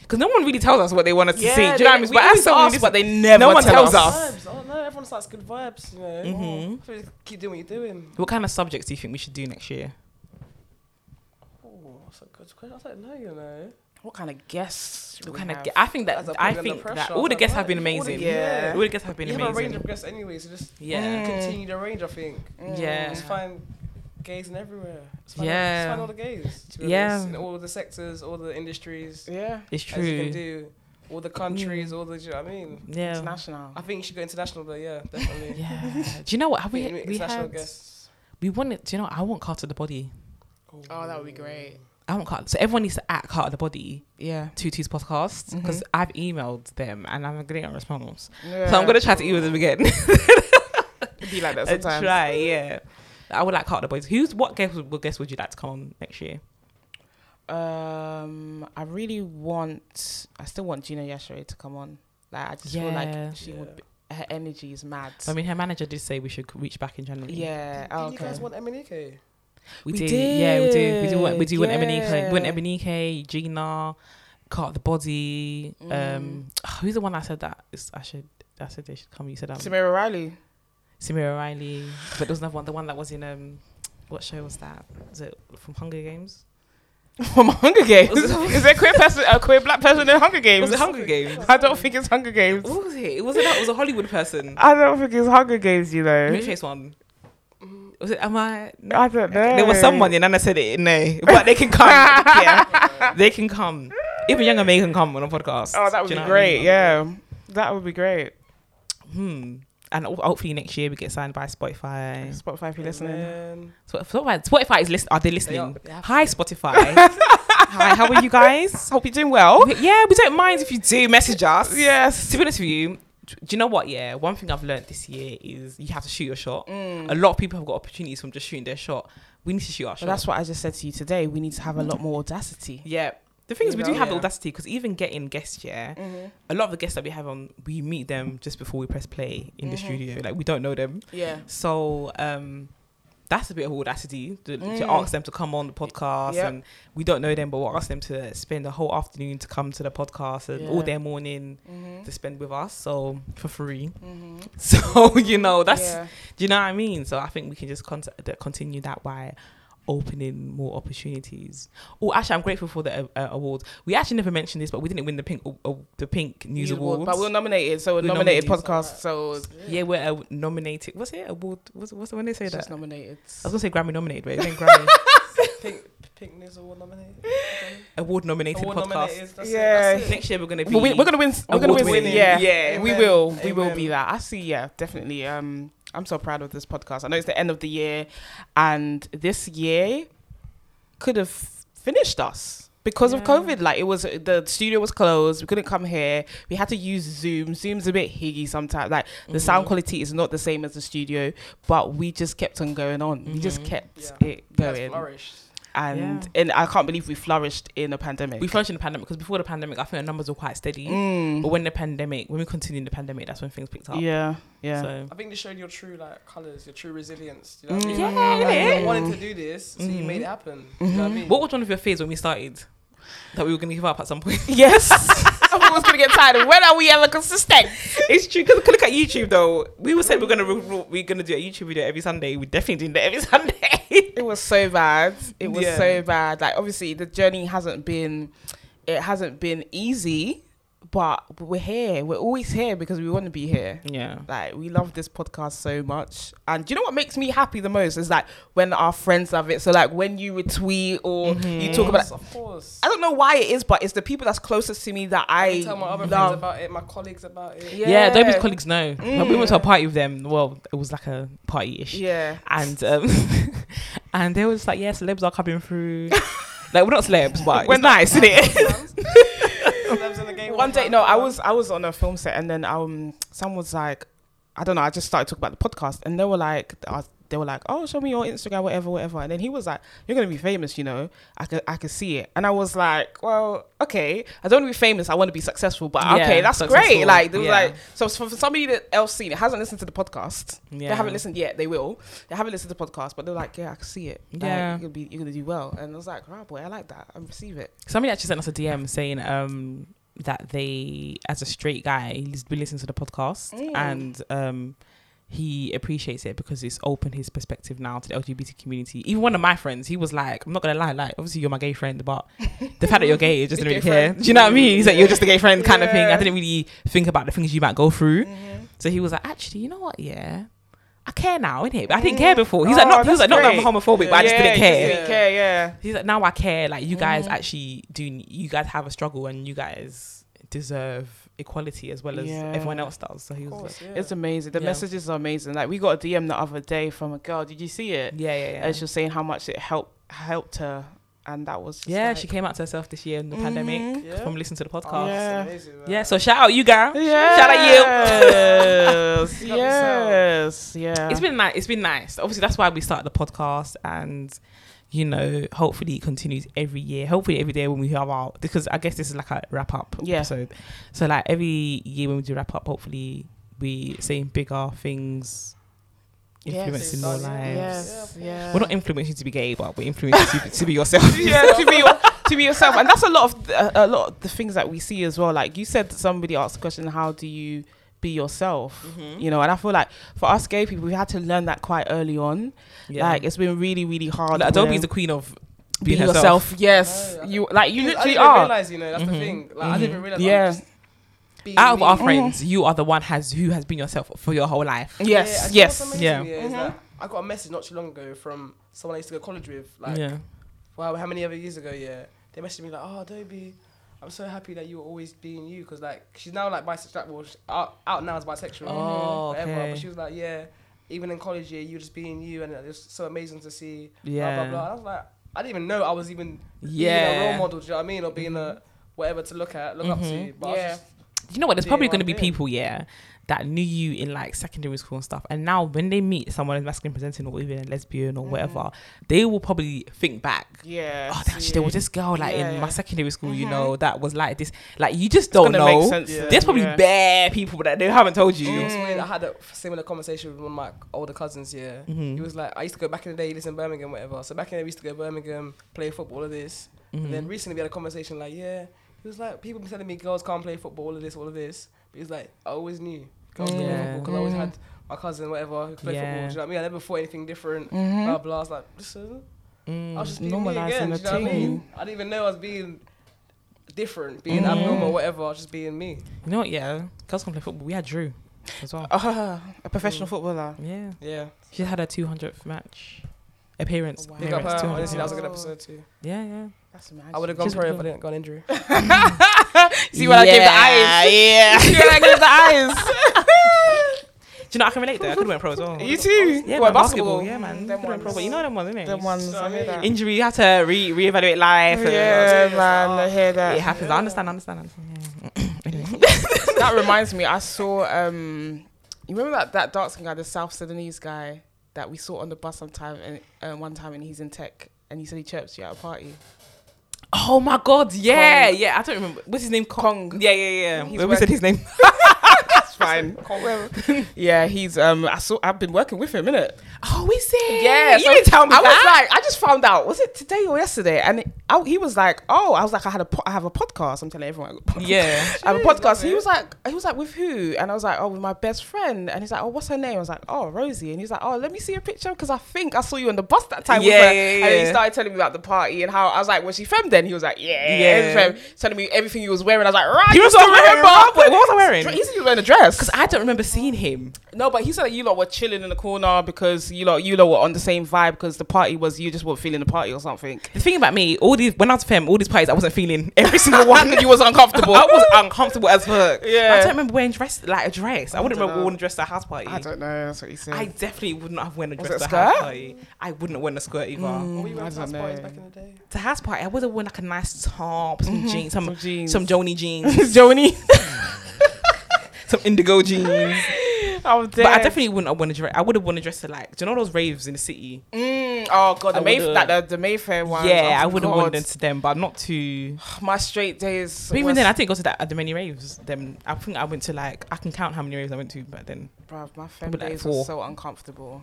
S2: Because no one really tells us what they want us to see. Do you know what I mean?
S1: we always
S2: someone who
S1: ask,
S2: listens-
S1: but they never
S2: no one
S1: tell
S2: tells us.
S3: Vibes. Oh no, everyone likes good vibes. You know,
S2: Mhm.
S3: Oh, just keep doing what you're doing.
S2: what kind of subjects do you think we should do next year?
S3: Oh, that's a good question. I don't know, you know.
S1: What kind of guests? do
S2: What
S1: we
S2: kind of?
S1: have?
S2: gu- I think
S3: As
S2: that
S3: I put
S2: I
S3: it under
S2: think that
S3: pressure,
S2: all the
S3: I
S2: guests
S3: don't
S2: have been
S3: know. All the-
S2: amazing.
S1: Yeah.
S2: All the guests have been
S3: you have a range
S2: amazing.
S3: of guests anyway, so just
S1: Mm.
S2: Yeah. Mm.
S3: continue the range. I think.
S2: Yeah.
S3: Just find gays in everywhere. Just find
S2: Yeah.
S3: All, just find all the gays. To be
S2: Yeah.
S3: honest, in all the sectors, all the industries.
S1: Yeah.
S2: It's
S3: As you can
S2: true. Mm.
S3: do, all the countries, all the. Do you know what I mean?
S2: Yeah.
S1: International.
S3: I think you should go international though. Yeah, definitely.
S2: Yeah. Do you know what?
S3: I
S2: Have
S3: think you
S2: we
S3: need
S2: we
S3: international
S2: had,
S3: guests.
S2: we wanted. Do you know? I want Carter the body.
S1: Oh, that would be great.
S2: I want Carter. So everyone needs to at Carter the body
S1: Yeah.
S2: to T's podcast
S3: Mm-hmm.
S2: because I've emailed them and I'm getting a response.
S1: yeah.
S2: So I'm gonna try to email them again.
S1: be like that
S2: and
S1: sometimes.
S2: try, yeah. I would like Carter the Boys. Who's what guest would what guest would you like to come on next year?
S1: Um, I really want. I still want Gina Yashere to come on. Like, I just feel
S2: Yeah.
S1: like she
S3: Yeah.
S1: would. Be, her energy is mad.
S2: I mean, her manager did say we should reach back in January.
S1: yeah.
S3: Do you
S1: okay.
S3: guys want E MNEK?
S1: We
S2: we, do. Yeah, we do. We do want we do want
S1: did,
S2: Ebenike. We want
S1: yeah.
S2: Ebenike, Gina, Carter the Body. Um, who's the one that said that? It's, I should. I said they should come. You said um, Samira,
S1: Samira Riley.
S2: Riley, but there was another one. The one that was in um, what show was that? Was it from Hunger Games?
S1: from Hunger Games.
S2: Was it-
S1: Is there a queer person, a queer black person in Hunger Games?
S2: Was it Hunger Games?
S1: I don't think it's Hunger Games.
S2: What was it? It wasn't. that- It was a Hollywood person.
S1: I don't think it's Hunger Games, you know.
S2: Let me chase one. Was it? Am I? No.
S1: I don't know.
S2: Mm. There was someone, and Nana said it. No, but they can come. yeah, they can come. Even younger May can come on a podcast.
S1: Oh, that would
S2: Do you
S1: be
S2: know what I
S1: great.
S2: mean?
S1: Yeah, that would be great.
S2: Hmm. And ho- hopefully next year we get signed by Spotify.
S1: Spotify, if you're listening.
S3: Amen.
S2: Sp- Spotify, Spotify is listening. Are they
S3: They are-
S2: listening?
S3: they have-
S2: Hi, Spotify. Hi, how are you guys?
S1: Hope you're doing
S3: Oh.
S1: well.
S2: We- Yeah, we don't mind if you do message us.
S1: Yes.
S2: To be honest with you, do you know what? Yeah, one thing I've learned this year is you have to shoot your shot.
S1: Mm.
S3: Mm.
S2: A lot of people have got opportunities from just shooting their shot. We need to shoot our
S1: So
S2: shot.
S1: that's what I just said to you today. We need to have a lot more audacity.
S2: Yeah. The thing is,
S3: You
S2: we
S3: know?
S2: do have the
S3: Yeah.
S2: audacity because even getting guests, yeah,
S1: Mm-hmm.
S2: a lot of the guests that we have on, we meet
S3: Mm-hmm.
S2: them just before we press play in the studio. Like we don't know them,
S1: Yeah.
S2: so um, that's a bit of audacity to, to
S1: Mm.
S2: ask them to come on the podcast
S1: Yep.
S2: and we don't know them but we'll ask them to spend the whole afternoon to come to the podcast and all
S1: Yeah.
S2: their morning
S1: Mm-hmm.
S2: to spend with us so for free
S1: Mm-hmm.
S2: so you know that's
S1: yeah.
S2: do you know what i mean so i think we can just con- that- continue that by opening more opportunities oh actually i'm grateful for the uh, uh, awards we actually never mentioned this but we didn't win the pink uh, uh, the pink news, awards,
S1: But we we're nominated, so we're
S2: We're
S1: nominated,
S2: nominated.
S1: podcast, so it's
S2: yeah we're uh, nominated what's it award what's, what's the when they say that
S1: just nominated.
S2: I was gonna say Grammy nominated, but it ain't Grammy.
S3: Pink, Pink News Award nominated.
S2: Award nominated
S3: Award
S2: podcast.
S3: nominated. That's
S1: Yeah.
S3: It, that's it.
S2: Next year we're gonna be.
S1: Well, we, we're gonna win. We're gonna win.
S2: Award-winning.
S1: Yeah,
S3: Yeah.
S1: we
S3: Amen.
S1: will. We will
S3: Amen.
S1: be that. I see. Yeah, definitely. Um, I'm so proud of this podcast. I know it's the end of the year, and this year could have finished us because of
S2: Yeah.
S1: COVID. Like it was, the studio was closed. We couldn't come here. We had to use Zoom. Zoom's a bit higgy sometimes. Like the sound
S2: Mhm.
S1: quality is not the same as the studio, but we just kept on going on. We just
S2: Mhm.
S1: kept
S3: Yeah.
S1: it
S3: That's
S1: going,
S3: flourished.
S1: and and I can't believe we flourished in a pandemic.
S2: We flourished in the pandemic because before the pandemic, I think our numbers were quite steady.
S1: Mm.
S2: But when the pandemic, when we continued the pandemic, that's when things picked up.
S1: yeah, yeah.
S2: So
S3: I think they showed your true like colours, your true resilience. Do you know what I mean?
S1: Mm.
S2: Yeah,
S3: like,
S2: innit?
S3: you wanted to do this, so you
S2: Mhm.
S3: made it happen.
S1: Mm-hmm.
S3: Do you know what I mean?
S2: what was one of your fears when we started? That we were gonna give up at some point.
S1: Yes. Everyone's gonna get tired. of When are we ever consistent?
S2: it's true because look at YouTube though. We were said we're gonna re- we're gonna do a YouTube video every Sunday. We definitely didn't do it every Sunday.
S1: It was so bad. It was
S2: Yeah.
S1: so bad. Like obviously the journey hasn't been, it hasn't been easy, but we're here. We're always here because we want to be here.
S2: yeah.
S1: Like we love this podcast so much, and do you know what makes me happy the most is like when our friends love it. So like when you retweet or you talk about.
S3: Yes, of course.
S1: I don't know why it is, but it's the people that's closest to me that I,
S3: tell my other friends
S1: love.
S3: about it, my colleagues about it.
S1: Yeah.
S2: Yeah, Dobby's colleagues know. Like, we went to a
S3: Mm.
S2: party with them. Well, it was like a party ish.
S1: Yeah.
S2: and um, and they were just like, yeah, celebs are coming through. like we're not celebs, but
S1: We're
S2: we're nice, isn't it?
S3: Celebs in the game
S1: one
S3: all
S1: day
S3: the
S1: no
S3: time.
S1: i was i was on a film set and then um someone was like i don't know i just started talking about the podcast and they were like I was- they were like oh show me your instagram whatever whatever and then he was like you're gonna be famous you know i could i could see it and i was like well okay i don't want to be famous i want to be successful but
S2: Yeah,
S1: okay that's great
S2: successful.
S1: like they was
S2: Yeah.
S1: like so for, for somebody that else seen it hasn't listened to the podcast they
S2: Yeah.
S1: haven't listened yet they will they haven't listened to the podcast but they're like yeah i can see it Like,
S2: Yeah.
S1: you're gonna be you're gonna do well and i was like right boy i like that i receive it
S2: Somebody actually sent us a DM saying um, that they, as a straight guy, he's been listening to the podcast
S1: Mm.
S2: and um, he appreciates it because it's opened his perspective now to the LGBT community. Even one of my friends, he was like, "I'm not gonna lie, like obviously you're my gay friend, but the fact that you're gay, it just didn't
S1: Gay
S2: really care."
S1: friend.
S2: Do you know what I mean? He's like, "You're just a gay friend," kind of thing.
S1: Yeah.
S2: I didn't really think about the things you might go through.
S1: Mm-hmm.
S2: So he was like, actually, you know what? Yeah, I care now, innit? But I didn't care before. He's like,
S1: Oh,
S2: not, he was
S1: that's
S2: like, not that I'm
S1: great.
S2: homophobic, but I just
S1: Yeah,
S2: didn't
S1: you
S2: care.
S1: didn't care yeah
S2: He's like, now I care. Like, you guys
S1: Mhm.
S2: actually do. You guys have a struggle, and you guys deserve equality as well as
S1: Yeah.
S2: everyone else does. So he
S3: Of
S2: was like,
S3: course, yeah. Oh,
S1: It's amazing. The
S2: Yeah.
S1: messages are amazing. Like we got a DM the other day from a girl. Did you see it?
S2: yeah, yeah, yeah.
S1: And she was saying how much it helped helped her, and that was just
S2: yeah,
S1: like-
S2: she came out to herself this year in the pandemic
S1: Mhm.
S3: Yeah.
S2: from listening to the
S3: Oh,
S2: podcast.
S1: Yeah.
S2: Yeah.
S3: that's amazing, man.
S2: so shout out you guys.
S1: Yes.
S2: Shout out you.
S1: Yes.
S3: Got
S1: yes. Yeah.
S2: It's been nice. It's been nice. Obviously, that's why we started the podcast, and you know, hopefully, it continues every year. Hopefully, every day when we have our because I guess this is like a wrap up
S1: Yeah.
S2: episode. So, like every year when we do wrap up, hopefully, we saying bigger things,
S1: Yes.
S2: influencing more
S3: Yes.
S2: lives.
S1: Yes.
S3: Yeah.
S1: Yeah.
S2: We're not influencing to be gay, but we're influencing to, be- to be yourself.
S1: yeah, to be your- to be yourself, and that's a lot of uh, a lot of the things that we see as well. Like you said, that somebody asked the question, "How do you be yourself?"
S2: Mm-hmm.
S1: You know, and I feel like for us gay people, we had to learn that quite early on.
S2: Yeah.
S1: Like it's been really, really hard.
S2: Like, Adobe
S1: when-
S2: is the queen of
S1: be
S2: being
S1: yourself.
S2: herself.
S1: Yes,
S3: No, I-
S1: you like you literally
S3: I didn't even
S1: are.
S3: realize, you know, that's
S2: Mhm.
S3: the thing. Like, I
S2: Mhm.
S3: didn't even realize.
S1: Yeah.
S3: I'm just being
S2: Out of
S3: me.
S2: our friends, you are the one has who has been yourself for your whole life.
S1: Yes, yes.
S3: Yeah, and you know
S2: yes.
S3: what's amazing,
S1: Yeah.
S3: yeah, is
S1: Mhm.
S3: that I got a message not too long ago from someone I used to go to college with. Like,
S2: yeah.
S3: wow, how many other years ago? Yeah, they messaged me like, oh, Dobie, I'm so happy that you were always being you, because like she's now like bisexual. Well, she- out, out now as bisexual.
S2: Oh, okay.
S3: But she was like, yeah, even in college, yeah, you were just being you, and it's so amazing to see.
S2: Yeah.
S3: Blah blah blah. And I was like, I didn't even know I was even being a
S2: Yeah.
S3: role model. Do you know what I mean? Or being a whatever to look at, look up
S2: Mhm.
S3: to. But I was
S1: Yeah.
S3: just,
S2: you know what? There's
S3: Yeah,
S2: probably
S3: well,
S2: going to be
S3: yeah.
S2: people, yeah, that knew you in like secondary school and stuff. And now when they meet someone who's masculine presenting or even a lesbian
S1: Mm-hmm.
S2: or whatever, they will probably think back.
S1: Yeah.
S2: Oh, actually, there was this girl like
S1: Yeah,
S2: in
S1: yeah.
S2: my secondary school, you
S1: Mhm.
S2: know, that was like this. Like you just don't
S1: gonna make
S2: know.
S1: sense
S3: Yeah.
S1: then,
S2: There's probably
S1: yeah.
S2: bare people that they haven't told you.
S1: Mm.
S3: It's weird. I had a f- similar conversation with one of my older cousins. Yeah,
S2: Mhm.
S3: he was like, I used to go back in the day. He lives in Birmingham, whatever. So back in the day, we used to go to Birmingham, play football, all of this.
S2: Mhm.
S3: And then recently, we had a conversation like, yeah, he was like, people been telling me girls can't play football, all of this, all of this. But he's like, I always knew girls can play
S2: Yeah.
S3: football because I always
S1: Mhm.
S3: had my cousin, whatever, who could play
S2: Yeah. Mm-hmm.
S3: football. Do you know what I mean? I never thought anything different.
S1: Mhm.
S3: Blah blah. I was like, this is, I was
S2: Mm.
S3: just being me
S1: Normalising
S3: again.
S1: the
S3: Do you know what I
S1: thing.
S3: mean? I didn't even know I was being different, being
S2: Mhm.
S3: abnormal, whatever. I was just being me.
S2: You know what? Yeah, girls can play football. We had Drew as well.
S1: Uh, a professional footballer.
S2: Yeah,
S3: Yeah.
S2: she had her 200th match appearance.
S1: Oh, Wow.
S3: Big
S1: Yeah,
S3: up
S2: appearance,
S3: her.
S2: 200th.
S3: Honestly, that was a good
S1: Oh.
S3: episode too.
S2: yeah, yeah.
S1: That's amazing.
S3: I would have gone
S2: Just
S3: pro if I
S2: would've-
S3: didn't got an injury.
S1: See when I gave the eyes.
S2: Yeah.
S1: See when I gave the eyes.
S2: Do you know I can relate though? I could have went pro as well.
S1: You too.
S2: Yeah,
S1: Well,
S2: man, basketball. Yeah, man.
S1: Them
S2: Could've went pro,
S1: ones.
S2: but you know them ones, innit?
S1: Them ones. I hear that.
S2: Injury, you have to re reevaluate life. and-
S1: Yeah,
S3: Yeah.
S1: man. I hear that.
S2: It happens. I understand. I understand. I understand. Yeah. Anyway.
S1: that reminds me, I saw um you remember that, that dark skin guy, the South Sudanese guy that we saw on the bus sometime and uh, one time and he's in tech and he said he chirps you at a party.
S2: Oh my God! Yeah, yeah. I don't remember. What's his name?
S1: Kong.
S2: Yeah, yeah, yeah.
S1: He's
S2: When we said
S1: working-
S2: his name.
S1: That's fine. yeah, he's um I saw I've been working with him, innit?
S2: Oh, we said.
S1: Yeah,
S2: you
S1: so
S2: didn't tell me
S1: I
S2: that.
S1: was like, I just found out. Was it today or yesterday? And it, I, he was like, oh, I was like, I had a, po- I have a podcast. I'm telling everyone. I got a podcast.
S2: yeah.
S1: I have a podcast. He was like, he was like, with who? And I was like, oh, with my best friend. And he's like, oh, what's her name? I was like, oh, Rosie. And he's like, oh, let me see a picture because I think I saw you on the bus that time. with
S2: Yeah,
S1: her.
S2: yeah,
S1: And then
S2: yeah.
S1: he started telling me about the party and how I was like, was she femme then? He was like, yeah,
S2: Yeah.
S1: yeah. Femme. Telling me everything he was wearing. I was like, right.
S2: He
S1: you
S2: was
S1: still
S2: wearing-
S1: remember?
S2: Wait, what was I wearing?
S1: He said he was wearing a dress.
S2: I don't remember seeing him.
S1: No, but he said that you lot were chilling in the corner because you lot, you lot were on the same vibe because the party was you just weren't feeling the party or something.
S2: The thing about me, all these when I was with him, all these parties I wasn't feeling every single one.
S1: you was uncomfortable.
S2: I was uncomfortable as fuck.
S1: Yeah.
S2: I don't remember wearing dress like a dress. I, wouldn't
S1: don't
S2: remember
S1: know.
S2: wearing a dress at a house party.
S1: I
S2: I,
S1: don't know. That's what he said.
S2: definitely would not have worn a
S1: Was
S2: dress
S1: it
S2: to
S1: a
S2: a house
S1: skirt?
S2: party. I wouldn't have worn a skirt either.
S1: Mm,
S3: Were you
S1: I
S3: wearing
S1: don't
S3: house parties
S1: know.
S3: back in the day?
S2: To house party, I would have worn like a nice top, some jeans, some
S1: Mm-hmm. Some jeans.
S2: some Joni jeans,
S1: Joni.
S2: some indigo jeans.
S1: I'm
S2: But I
S1: dead.
S2: definitely wouldn't have worn a dress. I would have worn a dress to like, do you know those raves in the city?
S1: Mm, oh god,
S2: I
S1: the, Mayf-
S2: would've-
S1: that, the, oh the Mayfair one.
S2: yeah, I would have worn them to them, but not to.
S1: My straight days.
S2: But even
S1: was-
S2: then, I didn't go to that at the many raves. Then I think I went to like I can count how many raves I went to, but then
S1: Bruv, my fem
S2: Probably like
S1: days
S2: four.
S1: were so uncomfortable.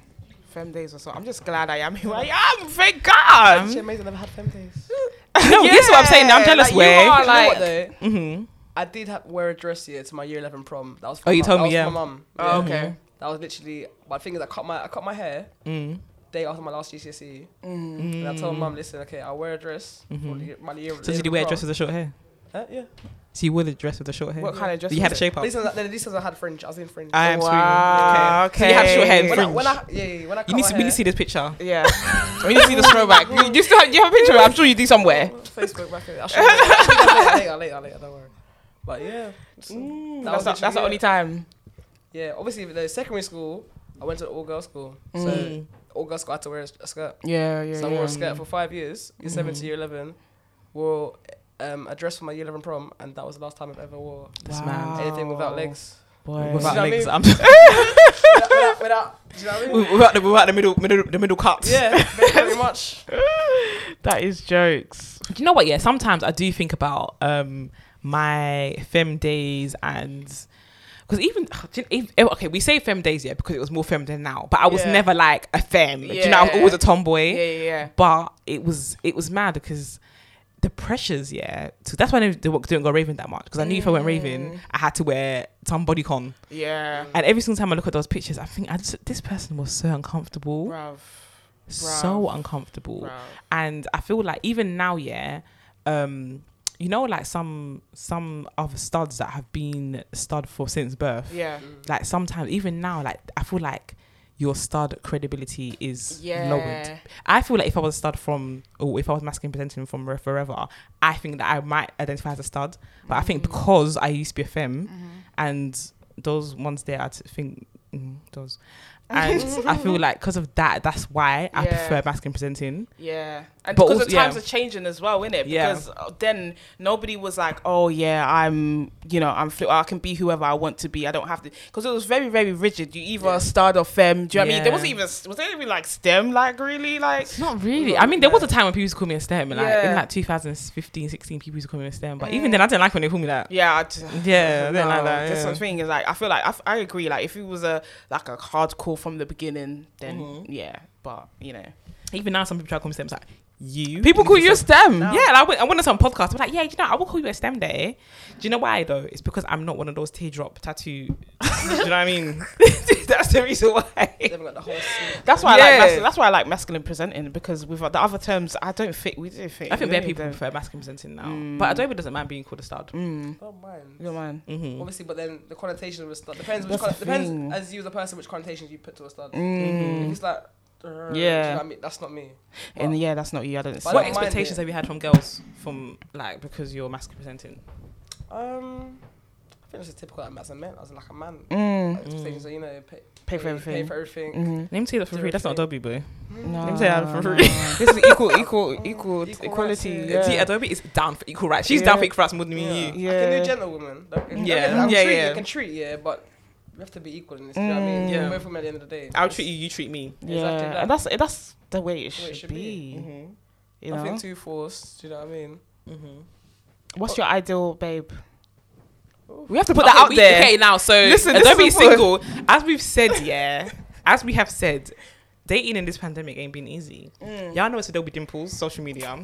S1: Fem days were so. I'm just glad I am who I am. Thank Oh God.
S3: Actually, amazing. I never had fem days.
S2: Um, no, this is what I'm saying. I'm
S1: Yeah,
S2: jealous.
S1: like, you
S2: way.
S1: are,
S3: You know what,
S1: like-
S3: though?
S2: Mm-hmm.
S3: I did have, wear a dress here to my year 11 prom. That was.
S2: Oh, you
S3: my-
S2: told
S3: that
S2: me,
S3: was
S2: yeah.
S3: For my mum.
S1: Oh,
S3: Yeah.
S1: okay.
S3: That was literally my thing is I cut my I cut my hair
S2: Mm.
S3: day after my last GCSE,
S1: Mm.
S2: Mm.
S3: E. and I told my mum, listen, okay, I'll wear a dress. For
S2: Mhm.
S3: the, my year,
S2: So did
S3: year
S2: you wear a
S3: prom.
S2: dress with a short hair?
S3: Uh, yeah.
S2: So you wore a dress with a short hair.
S1: What kind of dress?
S2: Mm-hmm. you had a
S1: was
S2: shape up.
S3: These ones, these ones I had fringe. I was in fringe.
S2: I am
S1: Wow,
S2: screaming. So you have short hair.
S1: okay.
S2: and
S3: when I,
S2: fringe.
S3: when I, yeah, yeah, yeah, when I cut
S2: you need
S3: my
S2: to,
S3: hair,
S2: we need to see this picture.
S1: it? Yeah. when you see the throwback, you, you still have, you have a picture of it. I'm sure you do somewhere.
S3: Facebook back. in- I'll show you later, later, later, later. Don't worry. But yeah, so
S2: Mm.
S3: that
S1: That's,
S3: was
S1: not, that's the
S3: literally
S1: only
S3: it.
S1: time.
S3: Yeah, obviously the secondary school, I went to all girls school. So
S2: Mm.
S3: all girls school I had to wear a s- a skirt.
S1: Yeah, yeah.
S3: so I
S1: yeah. Mm-hmm.
S3: wore a skirt for five years. Year seven to year eleven, wore um, a dress for my year eleven prom, and that was the last time I've ever wore
S2: This man.
S3: anything without
S1: Wow.
S3: legs.
S1: Boy.
S2: Without
S3: You know
S2: legs,
S3: what
S2: I'm
S3: without, without, without, do you know what I mean?
S2: without the, without the middle, middle, the middle cut.
S3: Yeah, very, very much.
S1: that is jokes.
S2: Do you know what? Yeah, sometimes I do think about um my fem days and because even do you- if- eh, okay, we say fem days yeah because it was more fem than now, but I was
S1: Yeah.
S2: never like a fem. Do you know, I'm
S1: Yeah.
S2: always a tomboy.
S1: Yeah, yeah, yeah.
S2: But it was it was mad because the pressures, yeah. So that's why I didn't didn't go raving that much because I knew if I went raving,
S1: Mm.
S2: I had to wear some body con.
S1: Yeah.
S2: And every single time I look at those pictures, I think I just, this person was so uncomfortable,
S1: Bruv.
S2: so uncomfortable
S1: Bruv.
S2: and I feel like even now, yeah, um, you know, like some some other studs that have been stud for since birth.
S1: Yeah.
S2: Like sometimes, even now, like I feel like your stud credibility is
S1: Yeah.
S2: lowered. I feel like if I was a stud from, or if I was masculine presenting from re- forever, I think that I might identify as a stud. But I think because
S1: Mm-hmm.
S2: I used to be a femme, and those ones there, I t- think mm, those. and I feel like because of that, that's why I
S1: Yeah.
S2: prefer masculine presenting.
S1: Yeah, and
S2: But
S1: because
S2: also-
S1: the times
S2: yeah.
S1: are changing as well, innit?
S2: Yeah.
S1: Because uh, then nobody was like, "Oh yeah, I'm, you know, I'm, fl- I can be whoever I want to be. I don't have to." Because it was very, very rigid. You either starred or femme. Do you know what I mean?
S2: Yeah.
S1: There wasn't even was there even like STEM, like really, like
S2: Not really. I mean, there was a time when people used to call me a STEM, like in
S1: Yeah. Mm.
S2: like 2015, 16, people used to call me a STEM. But even then, I didn't like when they called me that.
S1: yeah, I just,
S2: Yeah, I didn't like
S1: no,
S2: that,
S1: That's
S2: yeah.
S1: what I'm saying. Is like I feel like I, f- I agree. Like if it was a like a hardcore from the beginning, then
S2: Mm-hmm.
S1: yeah. But you know,
S2: Even now, some people try to call me STEM. It's like you.
S1: People call you a
S2: STEM.
S1: No.
S2: Yeah, like, I went. I went on some podcast. I'm like, yeah, you know, I will call you a STEM day. Do you know why though? It's because I'm not one of those teardrop tattoo. do you know what I mean? That's the reason why.
S3: They've got the whole suite.
S1: that's why I
S2: Yeah.
S1: like mas- that's why I like masculine presenting because with the other terms, I don't fit. We do fit.
S2: I think
S1: we
S2: bare people prefer masculine presenting now,
S3: Mm.
S2: but Adobe doesn't mind being called a stud.
S1: Mm.
S3: Don't mind.
S1: You're mine.
S2: Mm-hmm.
S3: Oh, Obviously, but then the connotation of a stud depends. Which
S1: That's
S3: con-
S1: the thing. Mm.
S3: depends as you as a person, which connotations you put to a stud. If it's like, "Urgh," do you
S1: Yeah.
S3: know what I mean? that's not me.
S1: And yeah, that's not you. I don't.
S3: But I
S2: What
S3: don't mind
S2: expectations
S3: it.
S2: have you had from girls from like because you're masculine presenting?
S3: Um, I think it's a typical like, as a man, as like a man.
S1: Mm.
S3: Expectations, so you know, pay,
S1: Pay for
S3: Pay
S1: everything.
S3: for everything. Mm.
S1: Mhm.
S2: Name say that for free. That's not Adobe, boy.
S1: No,
S2: Let me tell you
S1: no,
S2: for free.
S1: no. this is equal, equal, equal,
S3: rights,
S1: equality.
S3: yeah.
S2: See,
S1: Yeah.
S2: Adobe is down for equal rights. She's down for
S1: Yeah.
S2: equal rights more than me
S3: yeah.
S2: and you.
S1: you.
S3: I can
S1: Yeah.
S3: do gentlewoman. Don't-
S2: Yeah.
S3: don't get me wrong,
S2: Yeah,
S3: treat,
S2: yeah.
S3: I can treat, yeah, but we have to be equal in this. You know what I mean?
S1: Mm.
S3: Yeah.
S2: Yeah.
S3: Both from at the end of the day.
S2: I'll treat you. You treat me.
S1: Yeah,
S3: Exactly that.
S1: and that's that's the way it
S3: The way
S1: should,
S3: it should
S1: be.
S3: be.
S2: Mm-hmm.
S1: You
S3: Nothing
S1: know,
S3: too forced. Do you know what I mean?
S2: Mm-hmm.
S1: what's your ideal babe? We have to
S2: Put
S1: put that out there.
S2: Okay, now so
S1: Listen, this
S2: Adobe
S1: is what-
S2: single. As we've said, yeah, as we have said, dating in this pandemic ain't been easy.
S1: Mm.
S2: Y'all know it's Adobe Dimples social media.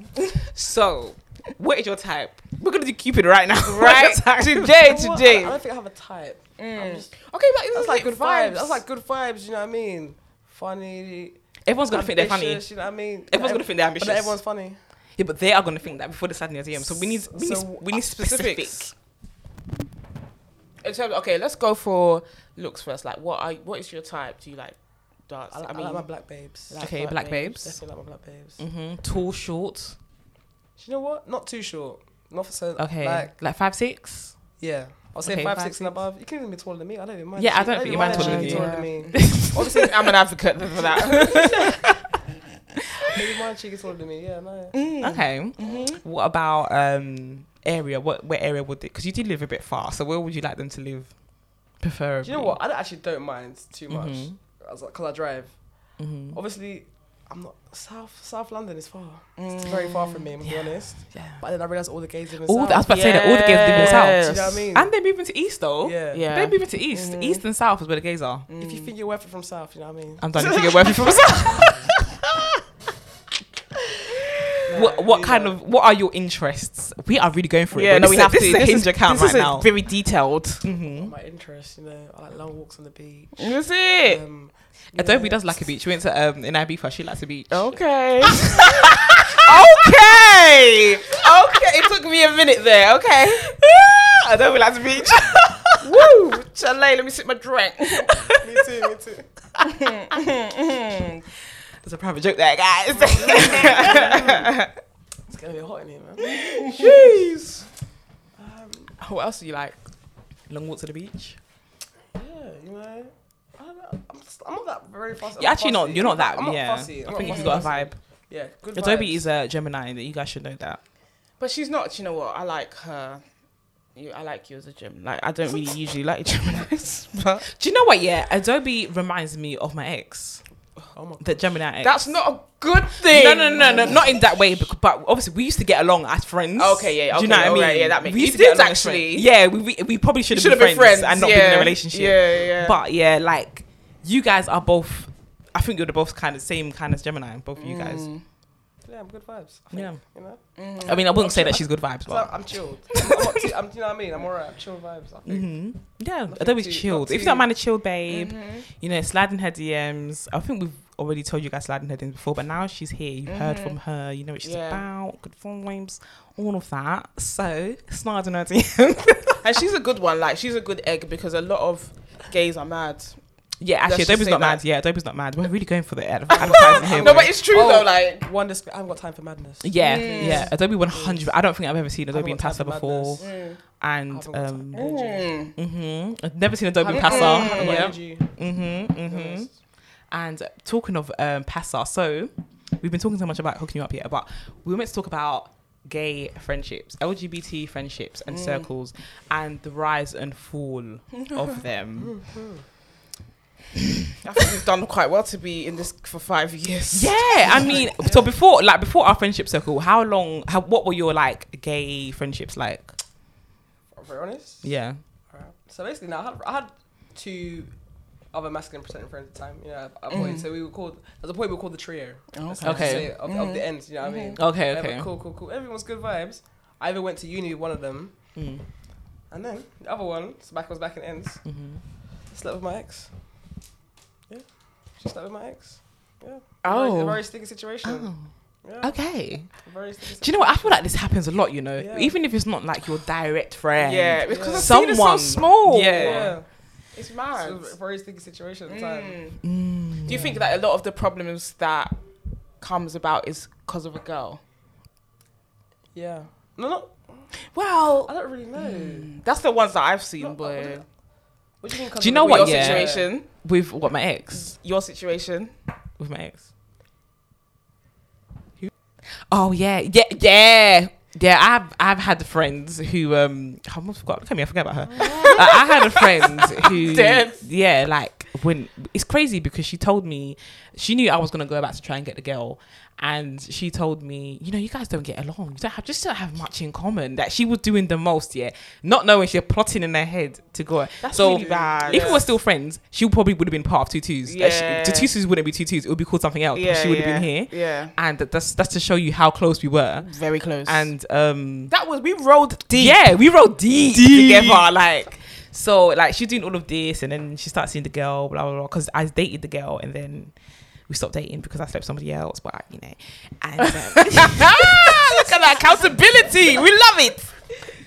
S2: so, what is your type? We're gonna do Cupid right now,
S1: Right
S2: today, Mm.
S3: You know what? I, I don't think I have a type. I'm just,
S1: Okay, but
S3: that's
S1: that's
S3: like good vibes. That's like good vibes. You know what I mean? Funny.
S2: Everyone's gonna think they're funny.
S3: ambitious, You know what I mean?
S2: Everyone's gonna think they're
S3: But
S2: ambitious.
S3: then everyone's funny.
S2: yeah, but they are gonna think that before they slide in your DM. So we need we,
S3: So
S2: need, we need specifics.
S1: uh, in terms. Okay, let's go for looks first. Like, what are what is your type? Do you like dark?
S3: I, like, I, like my black babes.
S1: Like
S2: okay,
S1: black
S2: black
S1: babes.
S2: babes.
S3: Definitely like my black babes.
S2: Mm-hmm. Tall, short.
S3: Do you know what? Not too short. Not for so.
S2: Okay,
S3: Like,
S2: like, five six.
S3: yeah. I'll say
S2: Okay,
S3: five,
S2: five,
S3: six and
S2: six.
S3: above. You can even be taller than me. I don't even mind.
S2: Yeah, I
S3: actually.
S2: don't think
S3: even
S2: you mind
S3: mind
S1: taller
S3: actually
S1: than
S3: being
S1: you.
S3: taller than me.
S1: Obviously, I'm an advocate for that.
S3: Maybe my chick is taller than me. Yeah, no.
S1: Hmm. Mm.
S2: Okay.
S1: Mm-hmm.
S2: What about um area? What where area would they? Because you do live a bit far, so where would you like them to live? Preferably.
S3: Do you know what? I don't- actually don't mind too much.
S2: Mhm.
S3: I was like, cause I drive. Oh,
S2: Mhm.
S3: Obviously, I'm not South South London is far. It's very far from me. I'm
S2: Mm. Yeah.
S3: be honest.
S2: Yeah.
S3: But then I realized all the gays live in
S2: All the, I was
S3: South.
S2: about to say oh, that all the gays live in the
S3: Do
S2: south,
S3: you know what I mean?
S2: and they're moving to east though.
S3: yeah.
S1: Yeah.
S2: They're moving to east.
S1: Mhm.
S2: East and south is where the gays are.
S3: If you think you're worth it from South, you know what I mean.
S2: I'm done. You get worthy from south. What, what kind of what are your interests? We are really going for it.
S1: yeah,
S2: but
S1: no,
S2: this
S1: we
S2: is a-
S1: have
S2: this
S1: to.
S2: is a hinge account
S1: this
S2: right
S1: is
S2: now.
S1: Very detailed.
S2: Mhm.
S3: my interests? You know, I like long walks on the beach.
S1: Is it?
S3: Um,
S2: Adobe does like a beach. We went to um in Ibiza. She likes a beach.
S1: Okay. okay. Okay. It took me a minute there. Okay. I don't like the beach. Woo! Chale, let me sip my drink.
S3: me too, me too.
S2: There's a private joke there, guys.
S3: It's gonna be hot in here, man.
S1: Jeez.
S3: Um,
S2: what else do you like? Long walk to the beach.
S3: yeah, you know. I don't know. I'm, just, I'm not that very fussy.
S2: You're
S3: I'm
S2: actually not.
S3: fussy.
S2: You're not that.
S3: I'm not
S2: yeah.
S3: fussy.
S2: I
S3: I'm
S2: think
S3: not
S2: you've got a
S3: fussy.
S2: vibe.
S3: Yeah, good.
S2: Adobe
S3: vibes.
S2: is a Gemini. That you guys should know that.
S1: But she's not. You know what? I like her. You, I like you as a gym. Like I don't really usually like Gemini's, but
S2: Do you know what? Yeah, Adobe reminds me of my ex,
S3: Oh my.
S2: the Gemini ex.
S1: that's not a good thing.
S2: no, no, no, no, not in that way. But, but obviously, we used to get along as friends.
S1: Oh, Okay, yeah,
S2: Do
S1: okay,
S2: you know what I mean?
S1: alright, yeah, that makes-
S2: we
S1: you
S2: used to get
S1: did
S2: along as friends.
S1: actually.
S2: Yeah, we, we, we probably should have been, friends and not been in a relationship.
S1: Yeah, yeah.
S2: But yeah, like you guys are both. I think you're the both kind of same kind as Gemini. Both of you guys.
S1: Mm.
S3: Yeah, I'm good vibes. I think,
S2: Yeah.
S3: You know.
S1: Mm-hmm.
S2: I mean, I wouldn't say that she's good vibes,
S3: So
S2: but
S3: I'm chilled. I'm not too, I'm, you know what I mean? I'm alright. I'm chill vibes. I think.
S2: hmm Yeah,
S3: Nothing
S2: Adobe's
S3: too-
S2: chilled.
S3: not
S2: If you don't
S3: too-
S2: mind a chill babe,
S1: Mm-hmm.
S2: you know, sliding her DMs. I think we've already told you guys sliding her DMs before, but now she's here. You've heard from her. You know what she's
S1: Yeah.
S2: about. Good vibes, all of that. So sliding her DM.
S1: and she's a good one. Like she's a good egg because a lot of gays are mad.
S2: yeah,
S1: Let's
S2: actually,
S1: just
S2: Adobe's
S1: say
S2: not
S1: that.
S2: mad. Yeah, Adobe's not mad. We're really going for the ad- advertising here.
S1: No,
S2: boy.
S1: but it's true
S3: Oh.
S1: though. Like
S3: One disc- I haven't got time for madness.
S2: yeah,
S1: Mm.
S2: yeah. Adobe 100. I don't think I've ever seen Adobe in
S3: haven't got time
S2: Tassa
S3: for
S2: before,
S3: madness. I
S2: and
S3: haven't got
S2: um,
S3: time.
S1: Mm.
S2: hmm I've never seen Adobe in
S3: I haven't got
S2: Tassa.
S3: time for
S2: Yeah.
S3: energy, to
S2: hmm
S3: be
S2: hmm
S3: honest.
S2: And uh, talking of um, PASA, so we've been talking so much about hooking you up here, but we were meant to talk about gay friendships, LGBT friendships and circles, and the rise and fall of them.
S1: I think we've done quite well to be in this for five years.
S2: Yeah, I mean, so before, like before our friendship circle, how long? How, what were your like gay friendships like?
S3: If I'm very honest.
S2: Yeah.
S3: Alright. So basically, now I had, I had two other masculine presenting friends at the time. You know, at a point. So we were called. There's a point we were called the trio. That's how I
S2: Mm-hmm. Okay.
S3: say it, Of, of the ends, you know what I mean?
S2: Okay.
S3: Whatever,
S2: Okay.
S3: Cool, cool, cool. Everyone's good vibes. I even went to uni with one of them,
S2: Mm.
S3: and then the other one, so back I was back in ends.
S2: Mhm.
S3: Slept with my ex. Yeah, she slept with my ex. Yeah. very, a
S2: Oh.
S3: very sticky situation.
S2: Oh.
S3: Yeah,
S2: Okay.
S3: a very sticky
S2: Do you know what? I feel like this happens a lot, you know?
S3: Yeah.
S2: Even if it's not like your direct friend.
S1: Yeah, because
S3: Yeah.
S1: the scene is so
S2: Someone.
S1: small.
S2: Yeah.
S3: Yeah,
S1: It's
S3: It's
S1: mad.
S3: a very sticky situation at the time.
S1: Mm.
S2: Mm.
S1: Do you think that a lot of the problems that comes about is because of a girl?
S3: Yeah. No, no, I
S1: Well,
S3: don't really know.
S2: Mm.
S1: that's the ones that I've seen,
S3: No, I
S1: but
S3: wouldn't- What do you mean? 'cause
S2: Do you
S3: of
S2: know
S3: the-
S2: what,
S1: your
S2: yeah.
S1: situation,
S2: With what, my ex?
S1: your situation.
S2: With my ex? Who? Oh, yeah. Yeah. Yeah. Yeah, I've I've had friends who um I almost forgot. Look at me, I forgot about her. Uh, I had a friend who
S1: Dead.
S2: yeah, like when it's crazy because she told me she knew I was gonna go back to try and get the girl, and she told me, you know, you guys don't get along. You don't have just don't have much in common. That she was doing the most, yeah, not knowing she had plotting in her head to go.
S1: That's
S2: so
S1: really bad.
S2: if we were still friends, she probably would have been part of two twos. Uh, she-
S1: Yeah.
S2: the two twos wouldn't be two twos. It would be called something else. but Oh, she would have
S1: yeah,
S2: been here,
S1: Yeah,
S2: and that's that's to show you how close we were.
S1: very close. And
S2: And um,
S1: that was we rolled deep.
S2: yeah, we rolled deep,
S1: Deep.
S2: together. Like, so like she's doing all of this, and then she starts seeing the girl, blah blah blah. Because I dated the girl, and then we stopped dating because I slept with somebody else. But you know, and um, look at that accountability. We love it.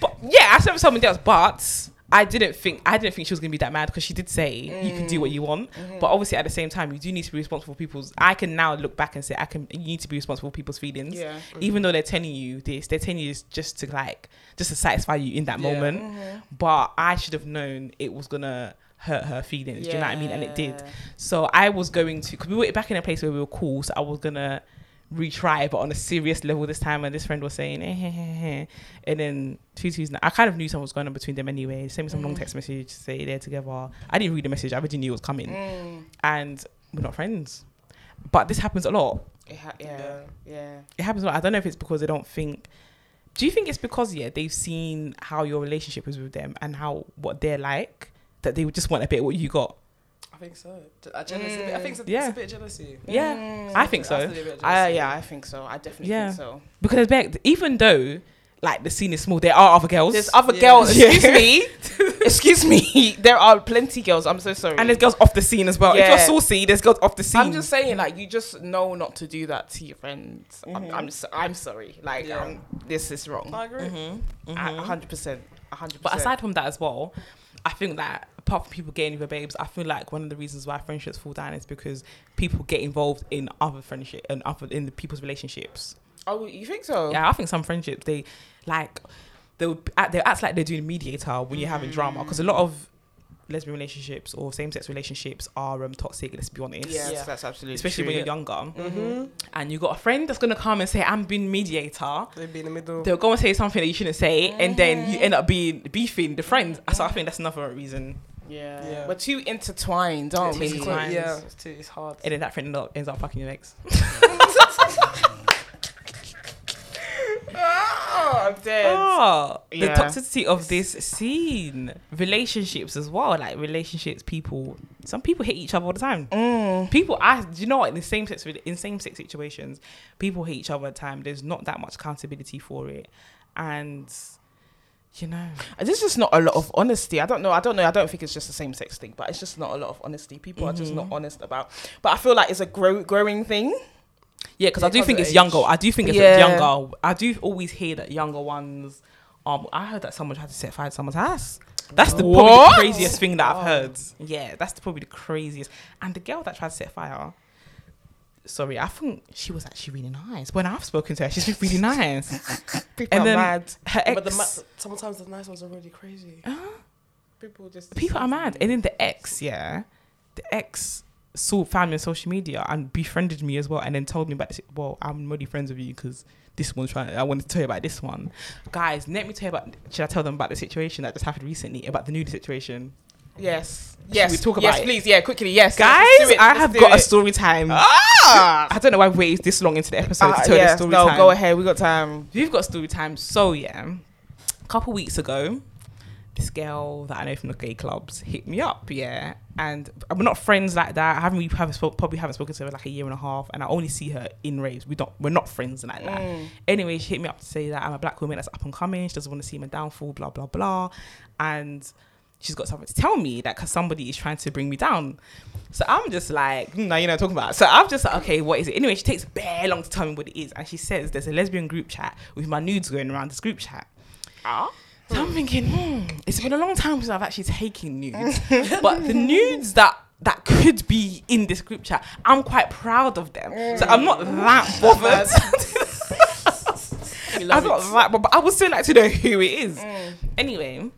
S2: But yeah, I slept with somebody else, but. I didn't think I didn't think she was gonna be that mad because she did say you can do what you want,
S1: Mm-hmm.
S2: but obviously at the same time you do need to be responsible for people's. I can now look back and say I can. You need to be responsible for people's feelings
S1: yeah.
S2: even though they're telling you this, they're telling you this just to like just to satisfy you in that
S3: Yeah.
S2: moment. But I should have known it was gonna hurt her feelings. Do you know what I mean? And it did.
S1: Yeah.
S2: So I was going to because we were back in a place where we were cool. So I was gonna retry, but on a serious level this time. And this friend was saying, eh, heh, heh, heh. and then two twos. I kind of knew something was going on between them anyway. They Sent me some
S1: Mm.
S2: long text message to say they're together. I didn't read the message. I already knew it was coming,
S1: Mm.
S2: and we're not friends. But this happens a lot
S1: It ha- yeah, yeah.
S2: it happens a lot. I don't know if it's because they don't think. Do you think it's because yeah they've seen how your relationship is with them and how what they're like that they would just want a bit of what you got?
S3: I think so. Je- uh, jealousy. I think it's a,
S2: Yeah.
S3: it's a bit of jealousy.
S2: Yeah,
S1: Mm.
S2: I think
S3: That's
S2: so.
S3: a little bit of
S1: I,
S3: jealousy.
S1: yeah, I think so. I definitely
S2: Yeah.
S1: think so.
S2: Because back, even though like the scene is small, there are other girls.
S1: There's other
S3: Yeah.
S1: girls.
S2: Yeah.
S1: Excuse me. excuse me. There are plenty girls. I'm so sorry.
S2: and there's girls off the scene as well.
S1: Yeah.
S2: If you're saucy, there's girls off the scene.
S1: I'm just saying, like, you just know not to do that to your friends. I'm, I'm, so, I'm sorry. Like,
S3: Yeah.
S1: um, this is wrong.
S3: I agree.
S2: Mhm,
S1: A-
S2: mhm.
S1: 100%. 100%.
S2: But aside from that as well, I think that apart from people getting with their babes, I feel like one of the reasons why friendships fall down is because people get involved in other friendship and other in the people's relationships.
S1: oh, you think so?
S2: Yeah, I think some friendships they like they'll act, they'll act like they're doing mediator when you're having drama because a lot of lesbian relationships or same-sex relationships are um, toxic. Let's be honest.
S1: Yes,
S3: Yeah.
S1: that's absolutely
S2: Especially
S1: true.
S2: when you're younger,
S3: Mm-hmm.
S2: and you got a friend that's gonna come and say, "I'm being mediator."
S3: They'd be in the middle.
S2: They'll go and say something that you shouldn't say, and then
S3: Mm-hmm.
S2: you end up being beefing the friend. So I think that's another reason,
S1: Yeah.
S3: Yeah.
S1: We're too intertwined,
S3: Yeah,
S1: aren't
S3: it's
S1: we?
S3: too-
S2: intertwined.
S3: yeah, it's, too, it's hard.
S2: and then that friend end up- ends up fucking your ex.
S1: Oh, I'm dead.
S2: Oh,
S1: Yeah.
S2: the toxicity of this scene, relationships as well, like relationships, people. Some people hate each other all the time.
S1: Mm.
S2: People, I do you know what? In the same sex, in same sex situations, people hate each other all the time. There's not that much accountability for it, and you know,
S1: There's just not a lot of honesty. I don't know. I don't know. I don't think it's just the same sex thing, but it's just not a lot of honesty. People are just not honest about. But I feel like it's a grow- growing thing.
S2: yeah. Because I
S3: Yeah,
S2: do
S3: 'cause
S2: think
S3: of
S2: it's
S3: age.
S2: younger. I do think it's
S1: Yeah.
S2: younger. I do always hear that younger ones. Um, I heard that someone tried to set fire to someone's house. That's the probably
S1: What?
S2: the craziest thing that I've heard. Yeah, that's the, probably the craziest. And the girl that tried to set fire. Sorry, I think she was actually really nice. When I've spoken to her, she's been really nice.
S1: People
S2: and
S1: are
S2: then
S1: mad.
S2: her ex.
S3: But the ma- sometimes the nice ones are really crazy.
S2: Huh?
S3: People just
S2: people are mad. And then the ex, yeah, the ex saw found me on social media and befriended me as well, and then told me about this. Well, I'm already friends with you because this one's trying. I wanted to tell you about this one, guys. Let me tell you about. Should I tell them about the situation that just happened recently about the nude situation?
S1: Yes.
S2: Should
S1: Yes.
S2: we talk about
S1: yes,
S2: it?
S1: please. Yeah, quickly. Yes.
S2: Guys,
S1: Let's do it,
S2: I
S1: let's
S2: have
S1: do
S2: got a
S1: it.
S2: story time.
S1: Ah!
S2: I don't know why I waited this long into the episode
S1: Uh,
S2: to tell
S1: yes,
S2: the story
S1: no,
S2: time.
S1: go ahead. We got time.
S2: We've got story time. So yeah, a couple weeks ago, this girl that I know from the gay clubs hit me up. Yeah, and we're not friends like that. I haven't we haven't spoke, probably haven't spoken to her in like a year and a half, and I only see her in raves. We don't we're not friends like that.
S1: Mm.
S2: Anyway, she hit me up to say that I'm a black woman that's up and coming. She doesn't want to see my downfall. Blah blah blah, and. She's got something to tell me that because somebody is trying to bring me down. So I'm just like, no, you know what I'm talking about. So I'm just like, okay, what is it? Anyway, she takes bare long to tell me what it is. And she says, there's a lesbian group chat with my nudes going around this group chat.
S1: Ah.
S2: So I'm thinking, hmm, it's been a long time since I've actually taken nudes. but the nudes that that could be in this group chat, I'm quite proud of them. So I'm not that bothered. I'm not that bothered, but I would still like to know who it is. Anyway,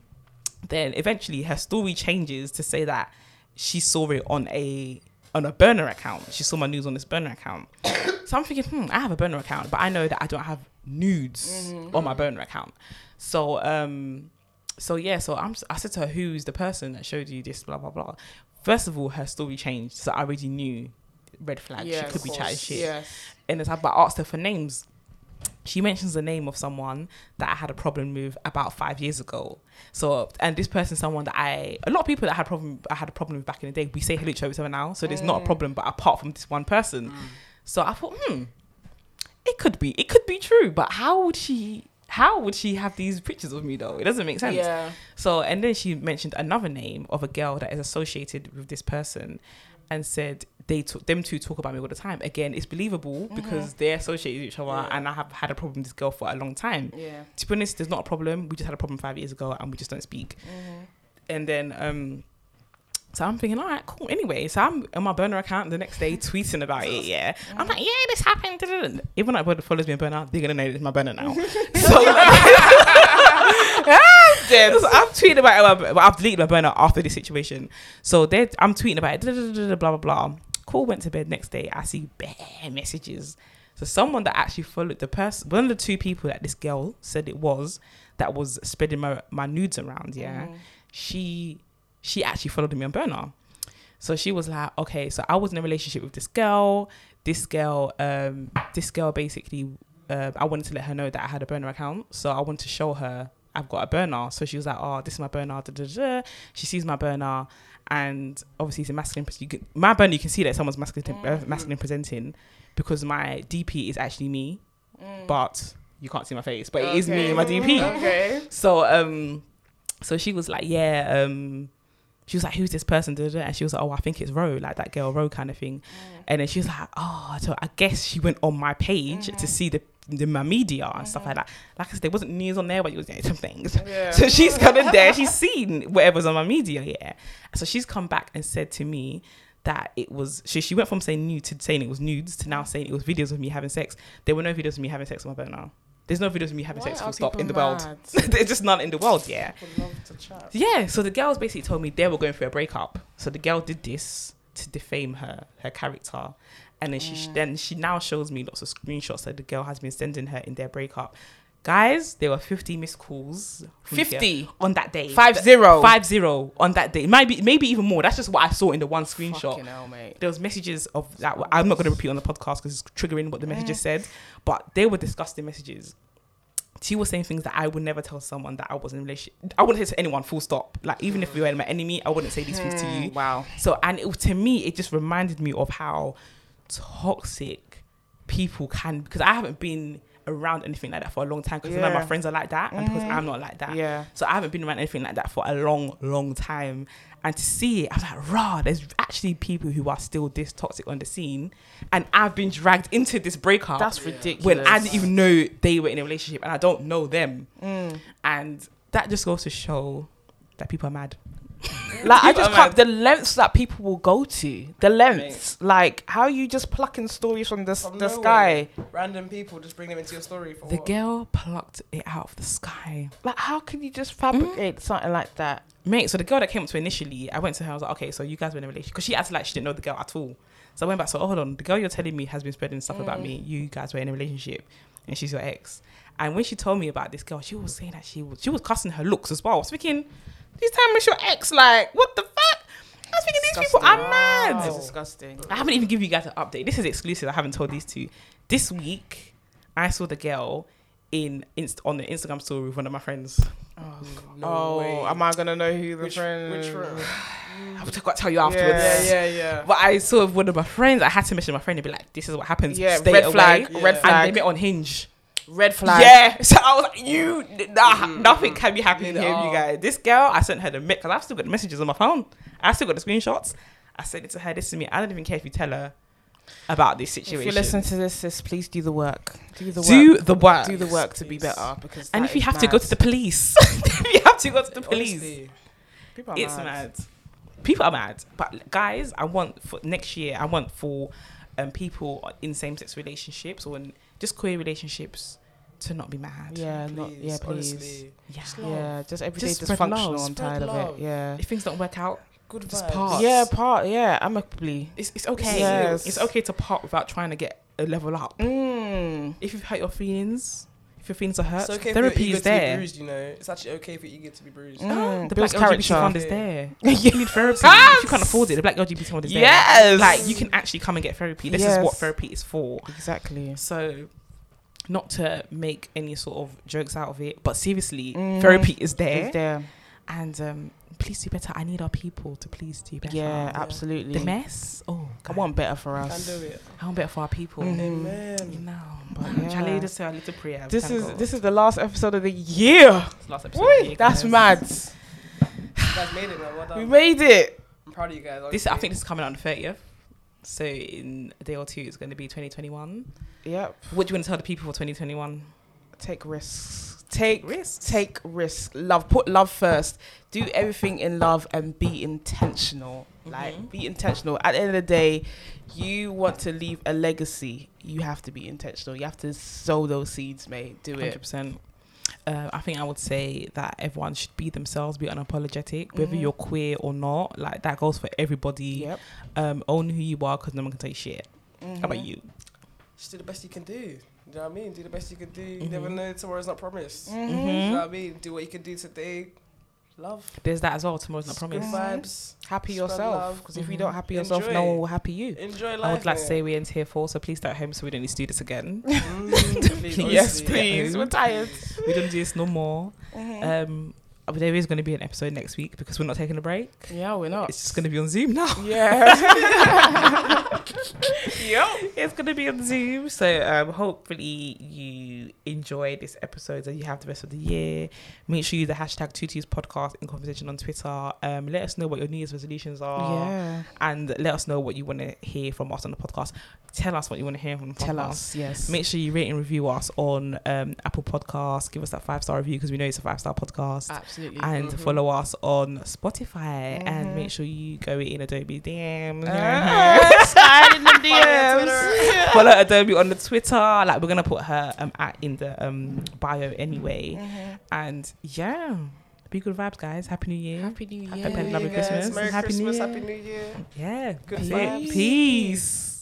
S2: then eventually her story changes to say that she saw it on a on a burner account. She saw my nudes on this burner account. so I'm thinking, hmm, I have a burner account, but I know that I don't have nudes
S1: Mm-hmm.
S2: on my burner account. So um so yeah, so I'm s- I said to her, who's the person that showed you this, blah blah blah. First of all, her story changed, so I already knew red flag,
S1: Yeah,
S2: she
S1: of
S2: could be chatting
S1: course.
S2: shit.
S1: Yes.
S2: And as I but I asked her for names, she mentions the name of someone that I had a problem with about five years ago. So, and this person, someone that I, a lot of people that had problem, I had a problem with back in the day. We say hello to each other now, so there's not a problem. But apart from this one person, so I thought, hmm, it could be, it could be true. But how would she? How would she have these pictures of me though? It doesn't make sense.
S1: Yeah.
S2: So, and then she mentioned another name of a girl that is associated with this person, and said they talk, them two talk about me all the time. Again, it's believable because they're associated with each other,
S3: Yeah.
S2: and I have had a problem with this girl for a long time.
S1: Yeah.
S2: To be honest, there's not a problem. We just had a problem five years ago, and we just don't speak. And then, um, so I'm thinking, all right, cool. Anyway, so I'm on my burner account the next day tweeting about it. Yeah, I'm like, yeah, this happened. da-da-da. Even though everybody follows me on burner, they're gonna know it's my burner now. so yeah, so I'm tweeting about it. But I've deleted my burner after this situation. So they're- I'm tweeting about it. da-da-da-da-da, Blah blah blah. Cool. Went to bed next day. I see bare messages. So someone that actually followed the person, one of the two people that this girl said it was that was spreading my my nudes around. Yeah,
S1: Mm-hmm.
S2: she she actually followed me on burner. So she was like, okay, so I was in a relationship with this girl. This girl, um, this girl basically, um, I wanted to let her know that I had a burner account. So I wanted to show her I've got a burner. So she was like, oh, this is my burner. Da, da, da. She sees my burner, and obviously it's a masculine. pres- You can, my burner, you can see that someone's masculine, uh, masculine presenting, because my DP is actually me, but you can't see my face, but it is me and my DP.
S1: Mm-hmm. Okay.
S2: So um, so she was like, yeah, um, she was like, who's this person? Da, da, da. And she was like, oh, I think it's Ro, like that girl Ro kind of thing. And then she was like, oh, so I guess she went on my page to see the the my media and stuff like that. Like I said, there wasn't news on there, but it was yeah, some things.
S1: Yeah.
S2: So she's kind of there. She's seen whatever's on my media, yeah. So she's come back and said to me that it was. So she went from saying nude to saying it was nudes to now saying it was videos of me having sex. There were no videos of me having sex on my burner. There's no videos of me having sex. Full stop in the world. There's just none in the world, yeah.
S3: Would love to chat.
S2: Yeah, so the girls basically told me they were going through a breakup. So the girl did this to defame her, her character. And then she
S1: Mm.
S2: sh then she now shows me lots of screenshots that the girl has been sending her in their breakup. Guys, there were 50 missed calls. from the girl
S1: 50?
S2: on that day.
S1: Five zero.
S2: Five zero on that day. Maybe maybe even more. That's just what I saw in the one screenshot
S1: Fucking hell, mate.
S2: there was messages of that i'm not going to repeat on the podcast because it's triggering what the messages said but they were disgusting messages she was saying things that i would never tell someone that i was in a relationship i wouldn't say to anyone full stop like even if you were my enemy i wouldn't say these things to you
S1: Mm, Wow.
S2: so and it, to me it just reminded me of how toxic people can because i haven't been around anything like that for a long time because none of my
S1: Yeah.
S2: friends are like that and because i'm not like that
S1: Yeah.
S2: so I haven't been around anything like that for a long, long time. And to see it, I'm like, rah, there's actually people who are still this toxic on the scene. And I've been dragged into this breakup
S1: That's ridiculous.
S2: when I didn't even know they were in a relationship and I don't know them.
S1: Mm.
S2: And that just goes to show that people are mad.
S1: like I
S3: Oh,
S1: just
S2: I'm
S1: can't. The lengths that people will go to. The lengths. Like how you just plucking stories from the s-
S3: From
S1: the
S3: nowhere.
S1: sky.
S3: Random people just bring them into your story for
S1: Oh.
S2: The
S3: what?
S2: girl plucked it out of the sky. Mm-hmm.
S1: Like how can you just fabricate something like that?
S2: Mate, so the girl that came up to me initially, I went to her. I was like, okay, so you guys were in a relationship because she acted like she didn't know the girl at all. So I went back. So oh, hold on, the girl you're telling me has been spreading stuff
S1: Mm.
S2: about me. You guys were in a relationship, and she's your ex. And when she told me about this girl, she was saying that she was she was cussing her looks as well. I was thinking, this time it's your ex. Like what the fuck? I was thinking these people are mad.
S1: It's disgusting.
S2: I haven't even given you guys an update. This is exclusive. I haven't told these two. This week, I saw the girl in inst- on the Instagram story with one of my friends.
S3: Mm, No
S1: oh,
S3: way.
S1: am I gonna know who the
S3: which,
S1: friend?
S3: which room?
S2: I have to tell you afterwards.
S1: Yeah,
S3: yeah, yeah.
S2: But I saw one of my friends. I had to mention my friend and be like, "This is what happens.
S1: Yeah,
S2: Stay
S1: red
S2: away."
S1: flag.
S3: Yeah.
S1: Red
S2: And they
S1: flag.
S2: met on Hinge.
S1: Red flag.
S2: Yeah. So I was like, "You, nah,
S3: Mm.
S2: nothing can be happening
S3: Mm.
S2: here, you guys." This girl, I sent her the because I've still got the messages on my phone. I still got the screenshots. I sent it to her. This is me. I don't even care if you tell her about this situation.
S1: If you listen to this, sis, please do the work. Do the
S2: do
S1: work.
S2: the work.
S1: Do the work to be
S3: Please.
S1: better. Because
S2: and
S1: that
S2: if you
S1: is
S2: have to go
S1: mad.
S2: to the police, if you have to go to the police,
S3: Honestly,
S1: people are
S2: it's mad. People are mad. But guys, I want for next year. I want for um, people in same-sex relationships or in just queer relationships to not be mad.
S1: Yeah, not,
S3: please,
S1: yeah, please.
S3: honestly,
S2: Yeah.
S3: Just love.
S1: Yeah, just everyday
S2: Just spread love.
S1: dysfunctional. I'm
S3: Spread
S1: tired of
S3: love.
S1: it. Yeah.
S2: If things don't work out,
S3: good
S2: Just
S3: vibes.
S2: parts.
S1: Yeah, part. Yeah, amicably.
S2: it's, it's okay.
S1: Yes.
S2: It's okay to part without trying to get a level up.
S1: Mm.
S2: If you've hurt your feelings, if your feelings are hurt,
S3: It's okay for
S2: therapy
S3: your ego
S2: is
S3: to be
S2: there.
S3: bruised, you know. It's actually okay for ego to be bruised.
S1: Mm.
S2: Ah, the black
S1: builds
S2: LGBT fund
S3: character.
S2: is there.
S1: Yeah.
S2: You need therapy. if you can't afford it, the black LGBT fund is there.
S1: Yes.
S2: Like you can actually come and get therapy. This is what
S1: Yes.
S2: therapy is for.
S1: Exactly.
S2: So, not to make any sort of jokes out of it, but seriously,
S1: Mm.
S2: therapy is there.
S1: It's there.
S2: And um, please do better. I need our people to please do better.
S1: Yeah,
S3: yeah.
S1: absolutely.
S2: The mess. Oh,
S1: I
S2: God.
S1: want better for
S3: You Can
S1: us.
S3: do it.
S2: I want better for our people.
S1: Mm.
S2: You
S3: Amen.
S2: know,
S1: But
S2: Shall I
S1: yeah.
S2: lead us to our little prayer?
S1: This
S2: Thank
S1: is
S2: God.
S1: this is the last episode of the year.
S2: It's last episode.
S1: Woo,
S2: Yeah,
S1: that's
S2: guys.
S1: mad.
S3: You guys made it, man. Well
S1: We
S3: done.
S1: made it.
S3: I'm proud of you guys.
S2: This I
S3: honestly.
S2: think this is coming out on the thirtieth. So in a day or two, it's going to be 2021.
S1: Yep.
S2: What do you want to tell the people for 2021?
S1: Take risks. Take
S2: risks.
S1: Take risks. Love. Put love first. Do everything in love and be intentional.
S2: Mhm.
S1: Like be intentional. At the end of the day, you want to leave a legacy. You have to be intentional. You have to sow those seeds, mate. Do
S2: Hundred
S1: it.
S2: percent. Uh, I think I would say that everyone should be themselves, be unapologetic, whether
S1: Mhm.
S2: you're queer or not. Like that goes for everybody.
S1: Yep.
S2: Um, own who you are, because no one can take shit. How about
S1: Mhm.
S2: you?
S3: Just do the best you can do. You know what I mean? Do the best you can do. You
S2: Mhm.
S3: never know tomorrow's not promised.
S1: Mhm.
S3: You know
S2: Mhm.
S3: what I mean? Do what you can do today. Love.
S2: There's that as well. Tomorrow's not
S3: Good
S2: promised.
S3: vibes.
S1: Happy
S3: Spread
S1: yourself.
S3: love.
S1: Because if you
S2: Mhm.
S1: don't happy yourself,
S3: Enjoy
S1: no one
S3: it.
S1: will happy you.
S3: Enjoy life.
S2: I would like to
S3: man.
S2: say we end here for. So please stay at home so we don't need to do this again.
S3: Mm, please,
S2: Yes,
S3: honestly.
S2: please. We're
S1: tired. Mm-hmm.
S2: we don't do this no more. Um, uh, there is going to be an episode next week because we're not taking a break.
S1: Yeah, we're not.
S2: It's just going to be on Zoom now.
S1: yeah. yep.
S2: It's gonna be on Zoom, so um, hopefully you enjoy this episode and you have the rest of the year. Make sure you use the hashtag Two Twos Podcast in conversation on Twitter. Um, let us know what your New Year's resolutions are,
S1: Yeah.
S2: and let us know what you want to hear from us on the podcast. Tell us what you want to hear from the podcast.
S1: Tell us. Yes.
S2: Make sure you rate and review us on um, Apple Podcasts. Give us that five star review because we know it's a five star podcast.
S1: Absolutely. Mm-hmm.
S2: and
S3: Mhm.
S2: follow us on Spotify
S1: Mhm.
S2: and make sure you go in Adobe DM.
S1: Ah, slide in the
S3: Twitter.
S1: DMs.
S2: follow Adobe on the Twitter. Like we're gonna put her um at in the um bio anyway.
S1: Mhm.
S2: And yeah, be good vibes, guys. Happy New Year.
S1: Happy New Year.
S2: Happy
S3: Happy
S2: Lovely
S3: New Year, guys.
S2: Christmas.
S3: Merry
S2: Happy New
S3: Christmas.
S2: Year.
S3: Happy New Year.
S2: yeah,
S3: Good
S2: that's it.
S3: vibes.
S2: Peace.